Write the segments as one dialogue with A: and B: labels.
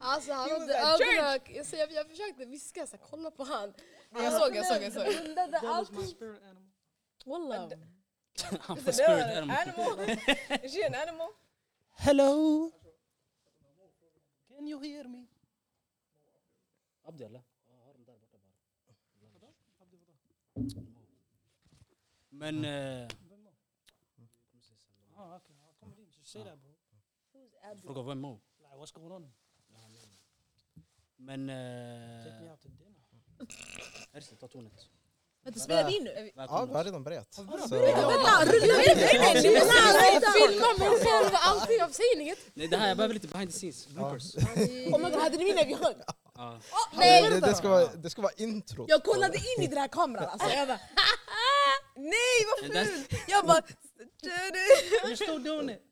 A: Alltså han
B: He was
A: hade
B: at
A: ögonen... Jag, så jag, jag försökte viska, så här, kolla på han.
B: Ja, jag såg, jag såg, jag såg.
A: blundade
C: That was my
A: alltid.
C: spirit animal.
A: Wallah.
D: I'm a
B: Is
D: spirit
B: it an
D: animal.
B: animal? Is she an animal?
D: Hello! Can you hear me? Abdi eller? Ja, har den där borta bara.
C: Abdi, vadå?
D: Men... eh,
C: Vem då? Ah, okej. Han kommer in. Just say that bro.
D: Fråga vem Mo?
C: Like, what's going on?
D: Men...
C: Take me
D: eh,
C: out to dinner.
D: Ersin, ta tornet.
A: Vänta, spelar vi in nu?
E: Ja, vi har redan börjat. Så,
A: Vänta, rulla in det! Filma mig själv och allting, jag säger inget.
D: Nej, det här, jag behöver lite behind the scenes. Bloopers.
A: Kommer du hade ni när vi sjöng?
D: Ja.
E: det, det, det, ska vara, det ska vara intro.
F: Jag kollade in i den här kameran alltså. Jag bara,
B: Nej, vad
D: And that's,
F: jag bara
C: You're still doing it.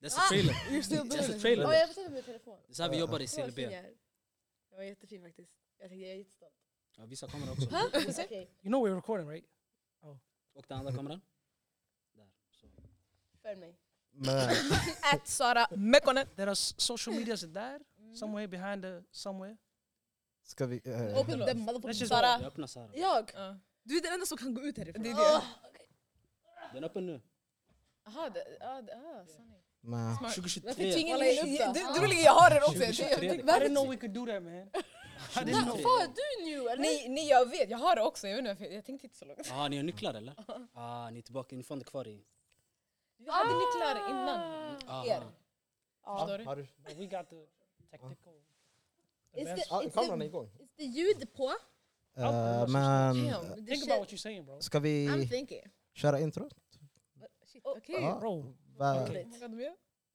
D: that's a trailer.
F: you're
E: Alltså,
F: still doing
D: That's a
F: it.
A: Ja,
D: trailer.
A: jag beställde min telefon.
D: Det är så här vi jobbar i
A: Det var, fin jag
D: CLB.
A: är. det var jättefin faktiskt. Jag tänkte jag är jättestolt.
D: Ja, visa kameran också.
A: Okej,
C: You know we're recording right?
D: Och den andra kameran? Där. Så.
A: följ mig.
E: Men,
B: At Sara Mekonen.
C: There are s- social medias där. Somewhere behind the somewhere.
E: ska vi... Eh,
F: Open the motherfucking
C: just-
F: Sara.
D: Jag öppnar så här.
A: Jag?
F: Du är den enda som kan gå ut härifrån.
B: Det är
A: Åh,
B: det.
D: Den är öppen nu.
B: Jaha, det- ja, det- ah, sanning.
E: men,
A: varför
D: 2023.
A: tvingar ni in
B: Du-
A: upp då?
B: Du ligger, jag har den också. Jag-
D: 2023.
B: jag-
C: I didn't know we could do that man. I didn't know.
A: Vad är du nu eller?
B: Nej, nej, jag vet. Jag har det också. Jag, vet inte, varför- jag tänkte inte så långt.
D: Ah, ni har nycklar eller? Ah, ni är tillbaka, ni är fortfarande kvar i...
B: Vi hade nycklar innan.
D: Ah.
A: Er.
B: Förstår du?
E: har du,
C: But we got the technical.
A: Is
C: advanced-
A: the-
E: ah, kameran är igång.
A: Is det ljud på?
E: Eh, men,
A: Damn, det
C: Think about
A: känns...
C: what you're saying bro.
E: ska
A: I'm
E: vi
A: thinking.
E: köra intro?
B: Shit, okej.
E: Ja.
C: Bro.
E: Väl,
A: Okej.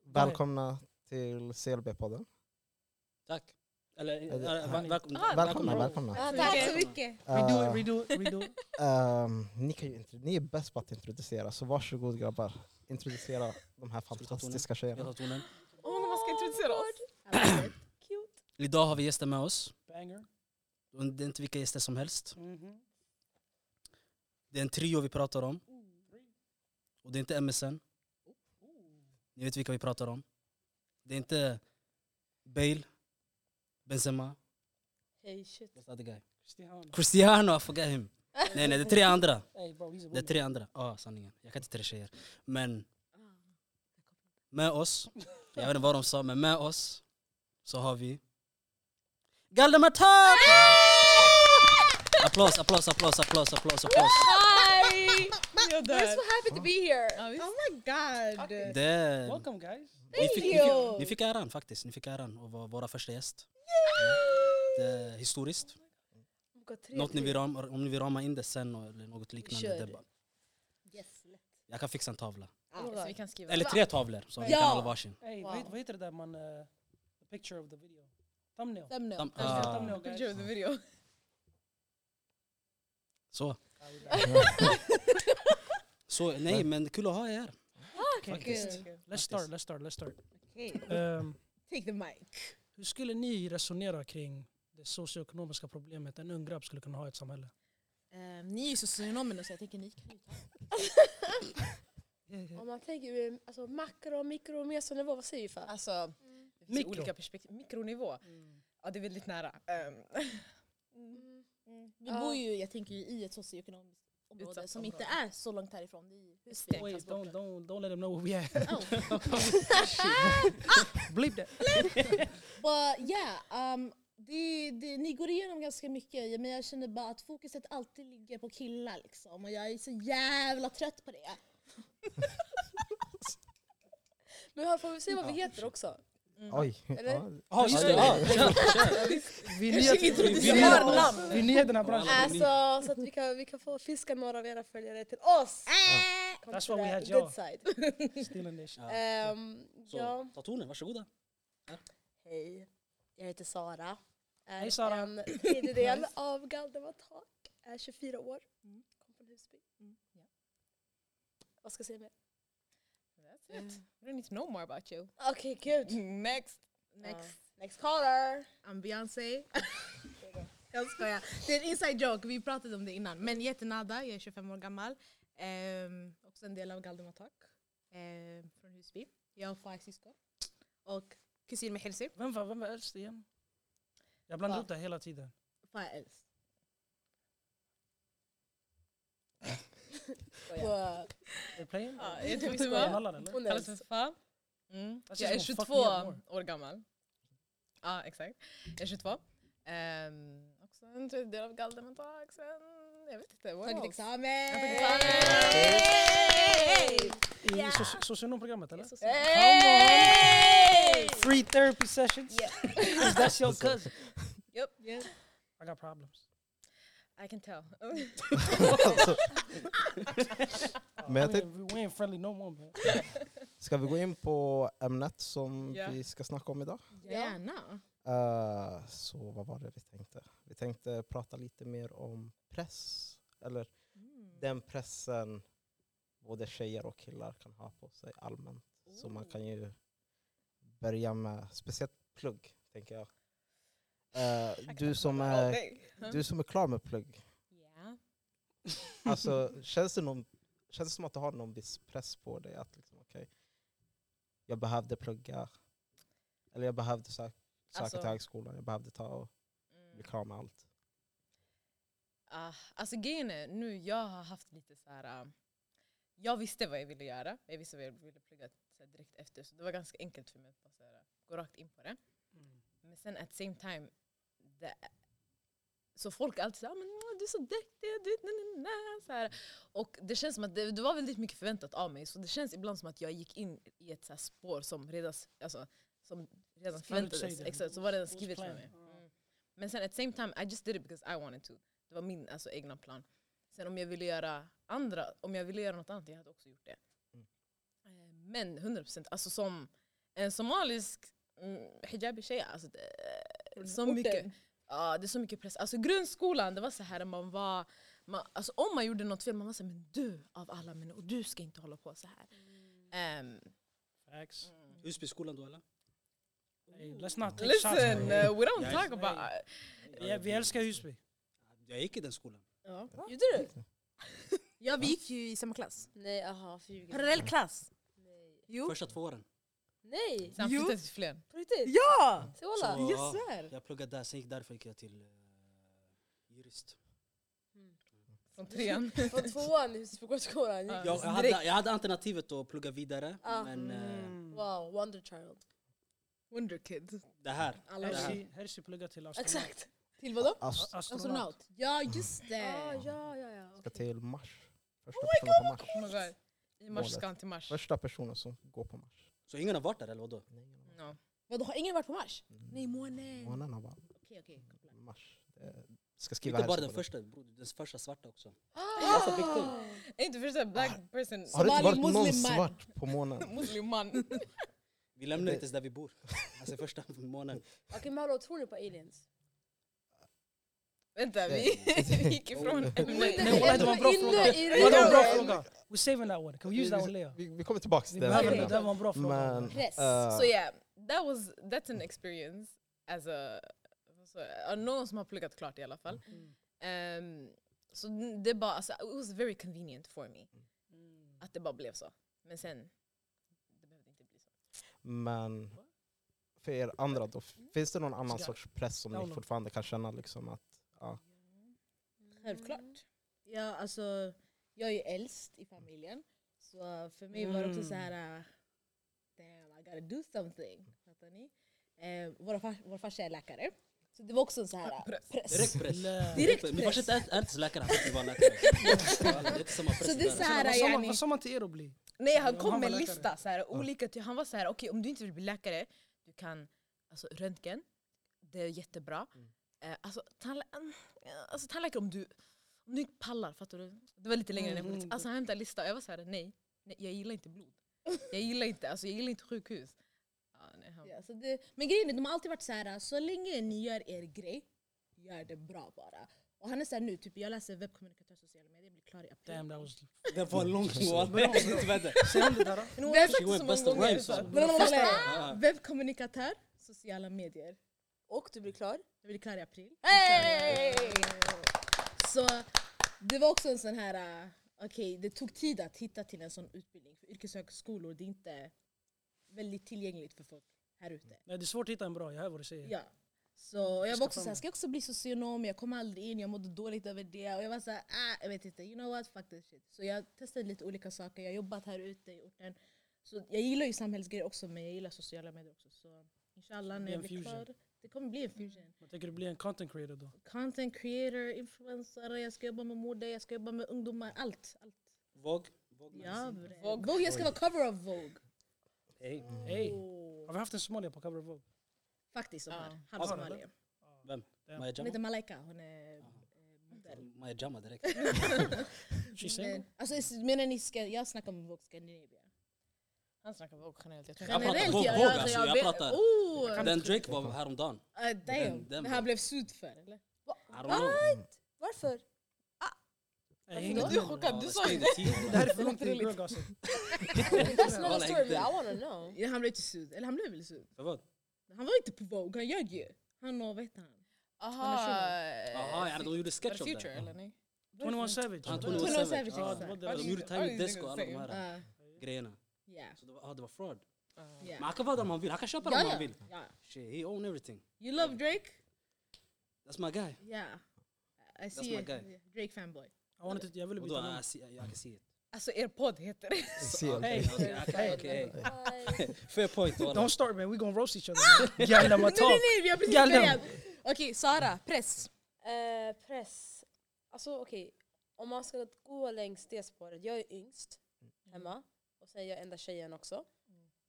E: Välkomna till CLB-podden.
D: Tack. Eller,
E: Är det-
D: äh, väl, välkomna.
E: Välkomna, välkomna.
A: Ah,
B: Tack
A: tack.
B: så mycket.
C: Redo
E: Eh,
C: it, redo it, redo it.
E: ehm, ni, kan ju, intro- ni är bäst på att introducera, så varsågod grabbar. Introducera de här fantastiska
D: Jag
E: tjejerna.
D: tar tonen.
B: Åh, när man ska introducera oss. Cute.
D: Idag har vi gäster med oss.
C: Banger.
D: Och Det är inte vilka gäster som helst.
C: Mhm.
D: Det är en trio vi pratar om. Och det är inte MSN. Ni vet vilka vi pratar om. Det är inte Bale, Benzema,
A: Hey, shit.
D: what's the other guy?
C: Christian.
D: Cristiano, I forgot him. Nej, nej, det är tre andra.
C: Hey bro, he's a
D: Det är
C: winner.
D: tre andra. Ja, sanningen. Jag kan inte tre tjejer. Men med oss, jag vet inte vad de sa, men med oss så har vi Galdematap! Applås, applås, applås, applås, applås, applås.
B: Hi! Jag
A: We're
B: dör.
A: so happy to be here.
B: visst.
F: Oh my god.
D: Det är,
C: Welcome guys.
D: ni, fick, ni,
A: you.
D: fick, ni fick äran faktiskt, ni fick äran att vara våra första gäst. Det är historiskt. Något ni vill ram, om ni vill rama in det sen eller något liknande.
A: Kör.
D: Det är bara, jag kan fixa en tavla.
B: Så vi kan skriva.
D: Eller typ- tre tavlor som vi
A: Ja.
D: kan hålla varsin.
C: Hey,
A: Wow.
C: vad- vad heter det där man... eh, the picture of the video. Thumbnail.
F: Thumbnail.
D: Tam-
C: Thumbnail,
D: ah,
C: thumbnail guys.
B: Picture of the video.
D: så.
C: Ah, we got it.
D: så, nej men kul att ha er här.
C: Okay,
D: Faktiskt.
C: okay. Let's start, let's start, let's start.
F: Okay.
C: Ehm,
F: Take the mic.
C: hur skulle ni resonera kring det socioekonomiska problemet en ung grabb skulle kunna ha i ett samhälle?
F: Um, ni är ju socionomerna så jag tänker ni kan ju ta
A: Om man tänker ur alltså, makro, mikro och mesonivå, vad säger vi för?
B: Alltså, det finns ju
C: Mikro.
B: olika perspektiv. Mikronivå.
A: Mm.
B: Ja, det är väldigt nära. Ehm,
F: Vi
A: Ja.
F: bor ju, jag tänker ju i ett socioekonomiskt område
B: Utsatt
F: som
B: område.
F: inte är så långt härifrån. Det är ju
B: Stenk.
C: Wait, don't, don't, don't let them know who we are.
F: Oh.
C: Bleep that.
F: But yeah, um, det, det, ni går igenom ganska mycket, Ja, men jag känner bara att fokuset alltid ligger på killar liksom. Och jag är så jävla trött på det.
A: Men här får vi se Typ vad vi heter också.
E: Oj.
A: Eller?
E: Ja,
D: Ja, just det.
E: Ja.
D: Kör, kör.
C: Vi är
A: Kanske
C: nya till- vi- vi är nya-
A: introducerar namn.
C: vi är nya i den här branschen.
A: Alltså, så att vi kan, vi kan få fiska några av era följare till oss.
F: Äh,
A: Kom
C: That's
A: till
C: what we
A: the
C: had,
A: good
C: ja.
A: side.
C: Stealing this.
D: Ja.
A: Ehm, ja.
D: Så, ta tonen, varsågoda.
A: Hej, jag heter Sara. Är
C: Hej, Sara.
A: en tredjedel av Galdemar Tak. Är 24 år.
F: Mm.
A: Kom från Husby. Vad ska jag säga mer?
B: That's it. We don't need to know more about you.
A: Okej, gud.
B: Next.
A: Next, next caller.
F: I'm Beyoncé. jag skojar. Det är en inside joke, vi pratade om det innan. Men jag heter Nada, jag är 25 år gammal. Ehm, också en del av Galdemar Tak. Ehm, från Husby. Jag har fyra syskon. Och kusin med Hilsi.
C: Vem var, vem var äldst igen? Jag blandar
F: Ja.
C: upp det här hela tiden.
F: Fan, jag älskar.
B: Skojar.
C: Är det plain?
A: Ja,
B: Jag
A: jag
B: tror vi
A: tror vi
B: skojar.
A: skojar.
C: Mallar, eller?
A: Hon är
B: Kallas
A: alltså-
B: för Fa. Mm.
C: Jag
B: Jag är
C: syns som
B: 22
C: fuck me up more.
B: år gammal. Ja, exakt. Jag är 22. Ehm, också en tredjedel av galden man tar sen. Jag vet inte. What
F: Tagit
B: else?
F: examen!
B: Jag har tagit examen.
F: Hey!
C: I
F: Ja.
C: soci- socionomprogrammet eller?
B: Hey!
C: Free therapy sessions? Is that your cousin?
F: Yeah.
C: I got problems.
B: I can tell.
E: Men
C: We
E: jag tänkte,
C: ain't- we ain't friendly no more man.
E: ska vi gå in på ämnet som
B: Ja.
E: vi ska snacka om idag?
F: Gärna.
E: Eh, så vad var det vi tänkte? Vi tänkte prata lite mer om press. Eller den pressen både tjejer och killar kan ha på sig allmänt. Så man kan ju börja med, speciellt plugg, tänker jag. Eh, du, som är, du som är klar med plugg,
B: Ja.
E: alltså, känns, det någon, känns det som att du har någon viss press på dig? Att liksom, okej, jag behövde plugga, eller jag behövde sö- söka
B: Alltså-
E: till högskolan, jag behövde ta och bli
B: Mm.
E: klar med allt.
B: Ah, alltså grejen är, nu jag har haft lite så här. ah, jag visste vad jag ville göra. Jag visste vad jag ville plugga så här, direkt efter. Så det var ganska enkelt för mig att bara, så här, gå rakt in på det. Men sen at same time, det, så folk alltid säger ah, men åh, du är så duktig, du, na, na, na, så här. Och det känns som att det, det var väldigt mycket förväntat av mig. Så det känns ibland som att jag gick in i ett så här, spår som redan, s- alltså, som redan förväntades.
C: Förutsägande.
B: Exakt, så var det redan
C: It was
B: skrivet för
C: planned.
B: mig. Mm. Men sen at same time, I just did it because I wanted to. Det var min alltså, egna plan. Sen om jag ville göra andra, om jag ville göra något annat, jag hade också gjort det.
E: Mm.
B: Eh, Men 100%, alltså som en somalisk mm, hijabi-tjej, alltså det, så mycket, ja, det är så mycket press. Alltså grundskolan, det var så här man var, man, alltså om man gjorde något fel, man var såhär men du av alla människor, du ska inte hålla på så här. Ehm,
C: Facts.
D: Husbyskolan då eller?
C: Hey, let's not take shots.
B: listen,
C: man.
B: uh, we don't
D: Jag
B: talk
C: är-
B: about...
C: Ja, vi älskar Husby.
D: Jag gick i den skolan.
F: Ja.
A: Gjorde du?
F: ja, vi gick ju i samma klass.
A: Nej, aha, fjugen.
F: Parallell klass.
A: Nej.
F: Jo.
D: Första två åren.
A: Nej,
B: Sen
F: Jo.
B: flyttade till Flen.
A: på riktigt?
F: Ja!
A: Se walla.
D: Så-
F: Jag svär.
D: Jag pluggade där, sen gick därifrån gick jag till eh, jurist.
B: Från trean.
A: Från tvåan i Husbykorsgården.
B: Ja.
D: Jag, jag, hade,
A: Direkt.
D: jag hade alternativet att plugga vidare,
A: Ah.
B: Mm.
D: men eh,
C: Mm.
A: Wow, wonder child.
B: Wonderkid.
D: det här.
F: Alla
D: det här.
C: Hersi, Hersi pluggar till astronaut.
A: Exakt.
F: Till vadå?
E: Alltså,
C: A- Astronaut.
F: Astronaut. Ja, just
A: Ah,
F: det.
A: ja, ja, ja.
E: ska
A: okej.
E: till Mars. Första personen på Mars.
B: Oh my God. I mars
E: Målet.
B: ska han till mars.
E: Första personen som går på Mars.
D: Så ingen har varit där eller vadå?
B: No.
F: Vadå, har ingen varit på Mars?
E: Mm.
F: Nej, månen.
E: Månen har bara
F: Okej, okej. koppla.
E: Mars. Det- Ska skriva
D: Inte bara
E: hälsa
D: den
E: på det.
D: första, bror, den första svarta också. Alltså,
A: Ah!
D: riktigt.
B: Är inte första black person,
E: Har det inte
F: Somali
E: varit någon
F: muslim man.
E: svart på månen?
B: muslim man.
D: Vi lämnar
E: Det-
D: inte ens där vi bor. Alltså första månaden.
A: Okej men hallå, tror ni på aliens?
B: Vänta, vi gick ifrån ämnet.
C: Nej, walla, det var en bra
A: Inne
C: fråga.
A: i
C: Det var en bra
A: rymden.
C: fråga. We're saving that one. Can we use that one later?
E: Vi, vi kommer tillbaka
C: Vi
E: till
C: behöver
E: det.
C: det.
A: frågan.
C: Det var en bra fråga.
E: Men,
F: Press.
E: eh,
B: Så ja, that was, that's an experience. As a, så, ja, någon som har pluggat klart i alla fall.
C: Mm.
B: Ehm, så n- det bara, alltså, it was very convenient for me.
F: Mm.
B: Att det bara blev så. Men sen, det behövde inte bli så.
E: men för er andra då, finns det någon annan
C: Ska-
E: sorts press som ni
C: Download.
E: fortfarande kan känna liksom att
F: Självklart. Ja, alltså, jag är ju äldst i familjen. Så för mig var det också
C: Mm.
F: så här... äh, Damn, I gotta do something. Fattar ni? Eh, vår, far, vår farsa är läkare. Så det var också en så här äh,
B: Press.
F: press.
D: Direkt press.
C: Lä-
F: Direkt
D: Min
F: press.
D: farsa är inte- är inte så läkare, han vill vara läkare. Walla, Det är inte samma press.
F: Så det är
D: där.
F: så här,
C: Vad sa man-
F: yani.
C: Vad sa man till er att bli?
B: Nej, han
C: Ja,
B: kom
C: han
B: med
C: var
B: en
C: läkare.
B: lista. Så här, olika, ty- han var så här, okej om du inte vill bli läkare, du kan alltså, röntgen, det är jättebra. Eh, alltså, tandlä- eh, alltså tandläkare om du, om du inte pallar, fattar du? Det var lite längre än jag
C: Mm.
B: Alltså han hämtade en lista och jag var så här, nej, nej jag gillar inte blod. Jag gillar inte, alltså, jag gillar inte sjukhus. Ja, nej, han,
F: Ja, så det, men grejen är, de har alltid varit så här, äh, så länge ni gör er grej, gör det bra bara. Och han är såhär nu, typ jag läser webbkommunikatör och sociala medier, blir klar i april.
C: Damn that was...
D: Det var en lång walla.
C: Säg om det där. då.
B: Men hon
F: Vem-
B: har sagt
D: She went
B: det så
D: bust the
B: många gånger.
D: rhymes.
B: så att-
D: Ah.
F: Webbkommunikatör, sociala medier.
A: Och du blir klar?
F: Jag blir klar i april.
A: Hey!
F: Så det var också en sån här, äh, okej det tog tid att hitta till en sån utbildning. För yrkeshögskolor, det är inte väldigt tillgängligt för folk här ute.
C: Nej, det är svårt att hitta en bra, jag hör vad du säger.
F: Ja. Så jag
C: Skaffa
F: var också såhär,
C: mig.
F: ska jag också bli socionom? Jag kom aldrig in, jag mådde dåligt över det. Och jag var såhär, ah, jag vet inte, you know what, fuck this shit. Så jag testade lite olika saker, jag har jobbat här ute i orten. Så jag gillar ju samhällsgrejer också, men jag gillar sociala medier också. Så inshallah när
C: blir
F: jag
C: en
F: blir
C: fusion.
F: klar, det kommer bli en fusion.
B: Mm.
C: Man tänker du bli en content creator då?
F: Content creator, influencer, jag ska jobba med mode, jag ska jobba med ungdomar, allt. allt.
D: Våg. Våg
F: Ja,
D: magasin.
F: bre.
B: Vogue.
F: Vogue, jag ska vara cover of Vogue.
D: Hey.
C: Hey.
F: Oh.
C: Har vi haft en somalier på cover of Vogue?
F: Faktiskt,
B: Ja.
F: Omar.
D: Har
F: Halv
D: vi det?
F: somalier.
D: Vem?
C: Ja.
D: Maja
F: Hon
D: Jama?
F: heter Malaika, hon är eh, modell.
D: Maja Jama direkt.
C: She's
F: Men,
C: single?
F: alltså, s- menar ni, ska, jag snackar om Vogue Scandinavia.
B: Han snackar Vogue generellt. Jag tror
D: Jag pratar
F: Generellt,
D: Vogue,
F: ja,
D: Vogue,
F: alltså,
D: alltså, jag
F: vet-
D: pratar-
F: Oh,
D: Den Drake var häromdagen.
F: uh, damn.
D: Den- den
F: det
D: var-
F: här blev sud för eller?
D: I don't know.
A: Varför?
C: Nej, jag
F: Alltså,
A: Varför
C: hängde
A: då?
C: med
B: Du är
C: henne.
B: chockad, du sa ju det.
C: Det här är för
B: Det
C: långt
B: låter
C: till alltså. girl gossip.
A: That's not a
D: Kolla,
A: story,
D: inte.
A: I wanna know.
F: Ja, han blev inte sud, eller han blev väl sud?
D: För vad?
F: Han var inte på Vogue, han ljög ju. Han och vad heter han?
B: Aha.
D: Jaha, ja, de gjorde
B: Var
D: sketch
B: det
D: av
B: Future
D: det.
B: eller nej?
C: One Savage.
D: Han
F: Twenty
D: 21
F: One
D: Savage.
F: Savage,
D: Ja,
F: exakt.
D: det var
B: Ja,
D: det. De gjorde
B: just det.
D: Tiny Desk och alla de
B: Ja.
D: här
F: Ja,
D: grejerna.
F: ja.
D: Så det var, ah, det var fraud.
B: Ah.
F: ja.
D: Men han kan vara där om han vill, han kan köpa det om
F: Ja,
D: han
F: ja,
D: vill.
F: ja.
D: Shit, he own everything.
F: You love Drake?
D: That's my guy.
F: Yeah. I see
D: my
F: you.
D: guy.
F: Drake fanboy.
C: Jag wanted to- Jag ville
D: Vadå,
C: byta namn.
D: I see- I can see it.
B: Alltså er podd heter det.
E: Seal.
C: Hey.
D: Okej, okej, okej.
A: Bye.
D: Fair point walla.
C: Don't start man, we gonna roast each other. Gärna man
F: Ah! Nej,
C: talk.
F: nej, vi har precis
C: Galen.
F: börjat. Okej, Sara, press.
A: Eh, press. Alltså okej, om man ska gå längs det spåret. Jag är yngst hemma och sen är jag enda tjejen också.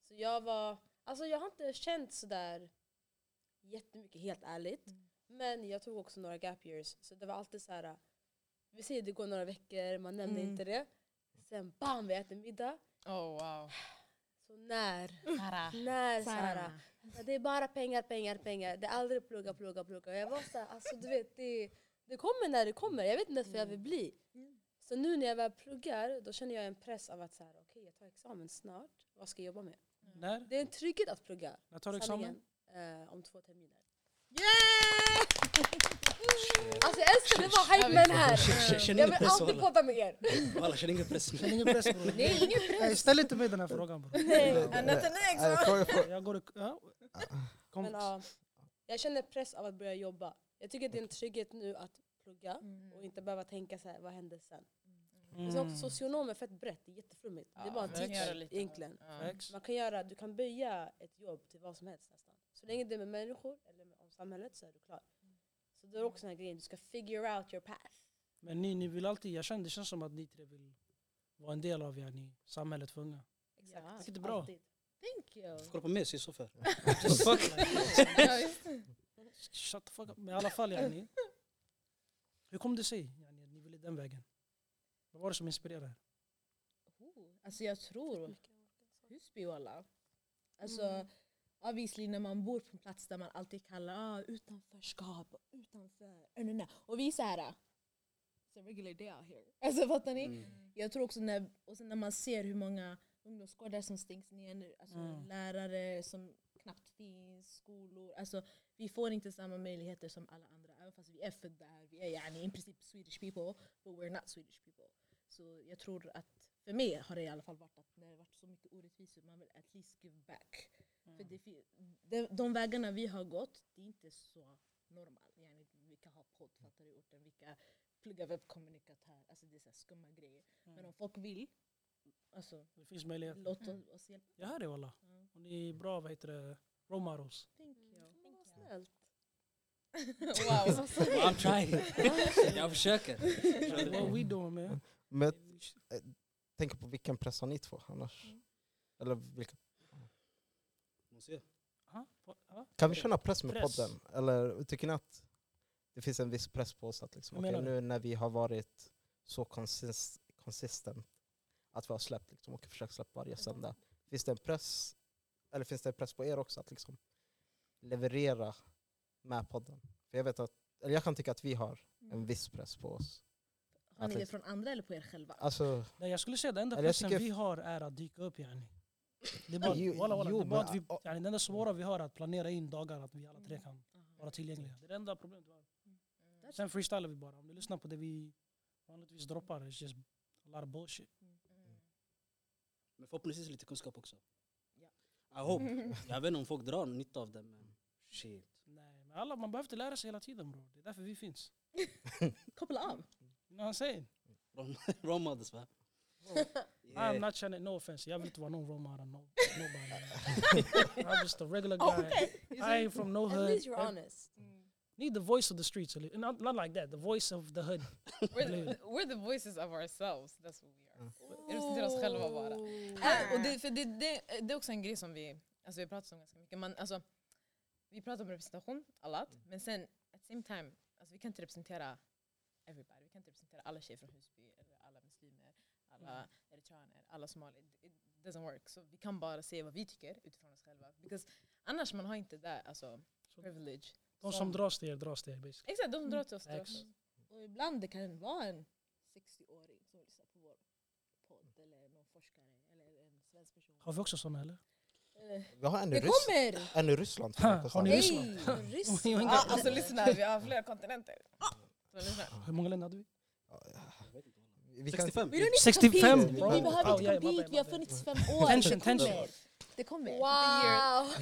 A: Så jag var, alltså jag har inte känt sådär jättemycket helt ärligt. Men jag tog också några gap years så det var alltid så här. vi säger det går några veckor, man nämner
F: Mm.
A: inte det. Sen bam, vi äter middag.
B: Oh wow.
A: Så när,
B: Sara.
A: när Sara?
F: Sara.
A: Ja, Det är bara pengar, pengar, pengar. Det är aldrig plugga, plugga, plugga. Och Jag var så här, alltså du vet, det, det kommer när det kommer. Jag vet inte ens vad jag vill bli. Så nu när jag väl pluggar, då känner jag en press av att så här, okej, jag tar examen snart. Vad ska jag jobba med?
C: När?
A: Det är en trygghet att plugga.
C: När tar du examen?
A: Sanningen, eh, om två terminer.
F: Yeah!
A: Alltså jag älskar det var hype man här.
D: Känner- Känner
A: Jag
D: ingen
A: vill
D: press
A: alltid
D: walla.
A: podda med er.
D: Walla, känner ingen press.
C: Ingen press bror.
F: Nej, ingen press.
C: Hey, Ställ inte mig den här frågan bror.
A: Nej.
C: Jag går och... Ja.
A: Men,
C: Kompis.
A: ja, jag känner press av att börja jobba. Jag tycker det är en trygghet nu att plugga
B: Mm.
A: och inte behöva tänka så här, vad händer sen? Och
E: Mm.
A: sen
C: Mm.
A: också socionom är fett brett, det är jätteflummigt. det är bara en
B: Ja, man kan göra
A: titel
B: lite.
A: egentligen.
B: Ja.
C: Facts.
A: Man kan göra, du kan böja ett jobb till vad som helst nästan. Så länge det är med människor eller med, om samhället så är du klar. Så det är också den här grejen, du ska figure out your path.
C: Men ni, ni vill alltid... Jag känner, det känns som att ni tre vill vara en del av yani, samhället för unga.
A: Exakt.
C: Det sitter bra.
A: Alltid.
F: Thank you.
D: Kolla på mig, jag är så för. Just fuck.
C: Shut the fuck up. Men i alla fall yani. Hur kom det sig yani, att ni ville den vägen? Vad var det som inspirerade? er?
F: Alltså jag tror Husby walla. Alltså obviously när man bor på en plats där man alltid kallar ah, utanförskap, utanför, äh, nej, nej. och vi är såhär It's a regular day out here. Alltså fattar
D: Mm.
F: ni? Jag tror också när, och sen när man ser hur många ungdomsgårdar som stängs ner nu, alltså
C: Mm.
F: lärare som knappt finns, skolor. Alltså vi får inte samma möjligheter som alla andra. Även fast vi är födda här, vi är yani, i princip Swedish people, but we're not Swedish people. Så jag tror att, för mig har det i alla fall varit att när det har varit så mycket orättvisor, man vill at least give back. För det, fi- de, de vägarna vi har gått, det är inte så normal. Yani, vilka har podd, fattar du, i orten, vilka pluggar webbkommunikatör, alltså det är så här skumma grejer. Men om folk vill, alltså
C: Det finns möjlighet.
F: låt oss, oss hjälpa.
C: Jag hör det walla.
F: Mm.
C: Och ni är bra, vad heter det, role models.
F: Thank
B: Mm.
F: you.
A: Men vad snällt.
B: Wow.
D: I'm trying. Jag försöker.
C: What we doing man?
E: Men eh, tänk på vilken press har ni två annars?
A: Mm.
E: Eller vilken?
D: Måste jag?
C: Aha, va- ja.
E: Kan vi känna press med
C: Press.
E: podden? Eller tycker ni att det finns en viss press på oss att liksom,
C: Vad menar
E: okej, nu när vi har varit så konsist, konsistent att vi har släppt liksom, och försökt släppa varje söndag. Finns det en press, eller finns det en press på er också att liksom leverera med podden? För jag vet att, eller jag kan tycka att vi har en
C: Mm.
E: viss press på oss.
F: Har ni
E: Att-
F: det från andra eller på er själva?
E: Alltså,
C: Nej, jag skulle säga den enda
E: Eller jag
C: pressen
E: tycker-
C: vi har är att dyka upp yani. Det är bara,
E: Jo,
C: walla, walla,
E: jo,
C: det, är bara
E: men-
C: att vi, yani, det enda svåra vi har är att planera in dagar att vi alla tre kan vara tillgängliga. Det är det enda problemet vi har. Sen freestylar vi bara. Om du lyssnar på det vi vanligtvis droppar, it's dus just a lot of bullshit.
D: Men förhoppningsvis lite kunskap också.
F: Ja.
D: I hope. Jag vet inte om folk drar nytta av det men shit.
C: Nej, men Alla, man behöver inte lära sig hela tiden bror. Det är därför vi finns.
F: Koppla av.
C: You know what I'm saying?
D: Wrong mothers va?
C: I'm
D: Yeah.
C: not trying to, no offense. Jag vill inte vara någon Roma out of no, nobody. I'm just a regular guy. I ain't from no
A: Oh, At
C: hood. Mm.
A: least you're honest.
C: Need the voice of the streets. a li- Not, not like that. The voice of the hood.
B: We're the, we're the voices of ourselves, that's what we
F: Mm.
B: are. Representerar oss själva bara.
A: Ah.
B: Äh, och det, för det, det, det är också en grej som vi, alltså vi har pratat om ganska mycket. Man, alltså, vi pratar om representation, allat, men sen at same time, alltså, vi kan inte representera everybody. Vi kan inte representera alla tjejer från Husby, eller alla muslimer, alla eritreaner, alla somalier. It, it doesn't work. Så vi kan bara se vad vi tycker utifrån oss själva. Because annars man har inte det, alltså, privilege.
C: De som dras till er dras till er basically.
B: Exakt, de som drar till oss. drar
C: Ex.
B: till oss.
F: Och ibland det kan vara en 60-åring som lyssnar på vår podd eller någon forskare eller en svensk person.
C: Har vi också såna eller?
F: Eh,
E: Vi har en i
F: Det
E: Ryssland.
F: kommer!
E: En i Ryssland.
C: Ha, har ni
E: Nej.
C: Ryssland?
F: Nej!
C: Vi har
F: Ryssland.
C: inga-
B: Ja, alltså lyssna, vi har flera kontinenter. Ah! Så lyssna.
C: Hur många länder hade vi?
E: Vi kan,
D: 65?
F: Vi don't need to
C: 65,
F: compete.
E: bro.
F: Vi behöver
C: Oh,
F: inte
C: yeah, my
F: compete,
C: bad,
F: vi har
C: my bad.
F: funnits fem år. det
C: Tension,
F: kommer.
C: tension.
F: Det kommer.
A: Wow!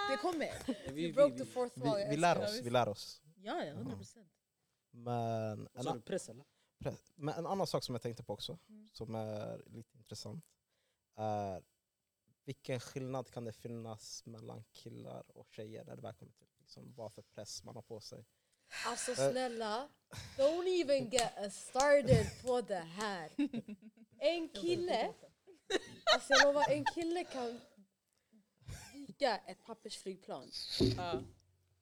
F: Det kommer.
A: you broke the fourth wall.
E: vi,
A: jag
E: vi
A: älskar
E: lär
A: det.
E: oss, vi lär oss.
F: Ja, ja, 100 procent.
E: Men en,
D: Sa du press eller?
E: Pre- Men en annan sak som jag tänkte på också,
F: Mm.
E: som är lite intressant, är vilken skillnad kan det finnas mellan killar och tjejer när det väl kommer till liksom, vad för press man har på sig?
A: Alltså snälla, don't even get us started på det här. En kille, alltså jag lovar, en kille kan vika ett pappersflygplan.
B: Ja.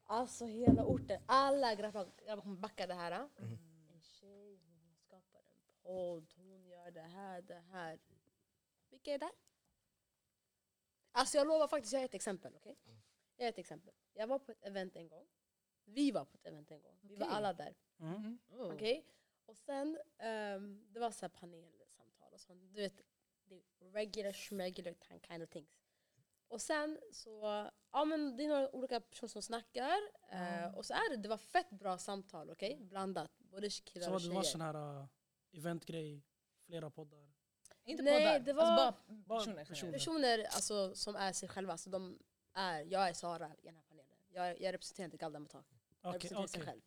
A: Alltså hela orten, alla grabbar, grabbar kommer backa det här. ah.
C: Mm.
A: En tjej, hon skapar en podd, hon gör det här, det här. Vilka är där? Alltså jag lovar faktiskt, jag har ett exempel. okej?
C: Mm.
A: Jag har ett exempel. Jag var på ett event en gång. Vi var på ett event en gång. Vi var
F: Okej.
A: alla där.
C: Mm.
F: Oh.
A: Okej? Och sen, ehm, det var så här panelsamtal och sånt. Du vet, det är regular schmegular kind of things. Och sen så, ja men det är några olika personer som snackar. eh,
C: Mm.
A: och så är det, det var fett bra samtal, okej? Blandat. Både killar
C: Så
A: och
C: det
A: tjejer.
C: var sån här uh, eventgrej, flera poddar.
B: Inte
A: Nej,
B: poddar,
A: det var-
B: alltså bara
C: Bara
B: personer
C: personer.
B: generellt.
A: Personer alltså, som är sig själva, alltså de är, jag är Sara i den här panelen. Jag, är- jag representerar inte Galdem och Tak. Jag
C: Okej,
A: representerar sig
C: okej.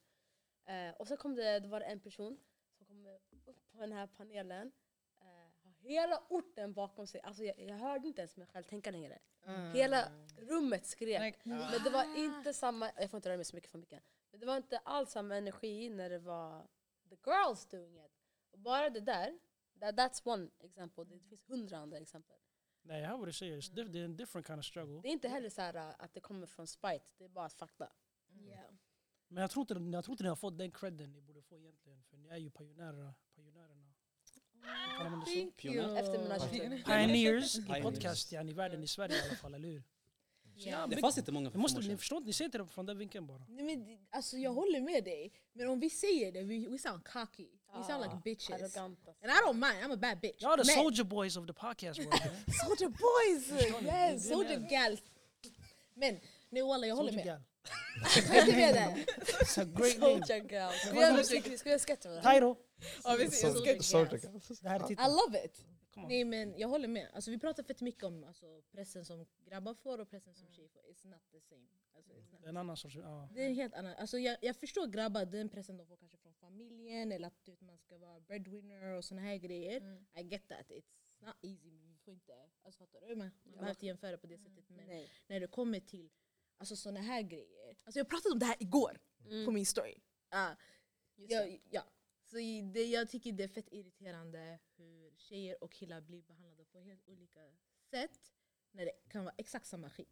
A: själv. Eh, och så kom det, det var det en person som kom upp på den här panelen. Eh, har hela orten bakom sig. Alltså jag, jag hörde inte ens mig själv tänka längre.
B: Mm.
A: Hela rummet skrek.
B: Like, ah.
A: Men det var inte samma, jag får inte röra mig så mycket för mycket. Men det var inte alls samma energi när det var the girls doing it. Och bara det där, that, that's one example. Det finns hundra andra exempel.
C: Nej, här var det tjejer. It's diff- Det är en different kind of struggle.
A: Det är inte heller så här äh, att det kommer från spite, det är bara fakta.
C: Men jag tror inte, jag tror inte ni har fått den credden ni borde få egentligen. För ni är ju pionjärer. Pionjärerna. Kallar
F: Oh.
C: man det så?
D: Pioner?
A: Efter Minaj
B: Pioner.
C: Pioneers i
D: Pioneers.
C: podcast, yani, i världen, i Sverige i alla fall, eller hur?
D: Det fanns inte många
C: Ni,
D: för fem
C: måste,
D: år
C: ni
D: sedan.
C: förstår inte, ni ser inte det från den vinkeln bara.
F: Nej, men, det- alltså, jag håller med dig, men om vi säger det, we, we sound cocky. We sound
A: Ah,
F: like bitches.
A: Arroganta.
F: And I don't mind, I'm a bad bitch.
C: Y'all the
F: Men-
C: soldier boys of the podcast world. man.
F: Soldier boys!
C: ni?
F: Yes, soldier gals. Men nej walla, jag håller
C: Soldier
F: med.
C: gal.
F: Jag är inte med där.
C: It's a great name.
A: Soldier girl. Ska vi göra musik- ska vi göra sketch över det här?
C: Title.
B: Ja, vi ser-
F: Soldier
E: Soldier
F: Girls.
E: Girls.
C: Det här är
F: I
C: titeln.
F: love it.
C: Come on.
F: Nej men jag håller med. Alltså, vi pratar fett mycket om alltså, pressen som grabbar får och pressen som tjejer får. It's not the same. Alltså, it's not.
C: Det är En annan sorts... Ja.
F: Det är en helt annan. Alltså, jag, jag förstår grabbar, den pressen de får kanske från familjen eller att du vet, man ska vara breadwinner och såna här grejer.
B: Mm.
F: I get that. It's not easy. men Vi får inte, alltså, fattar du? Man, man behöver inte jämföra på det sättet. Men
A: Nej.
F: när det kommer till alltså, såna här grejer. Alltså, jag pratade om det här igår
A: Mm.
F: på min story. Ah,
A: Just det.
F: ja, ja. Så i- det, jag tycker det är fett irriterande hur tjejer och killar blir behandlade på helt olika sätt när det kan vara exakt samma skit.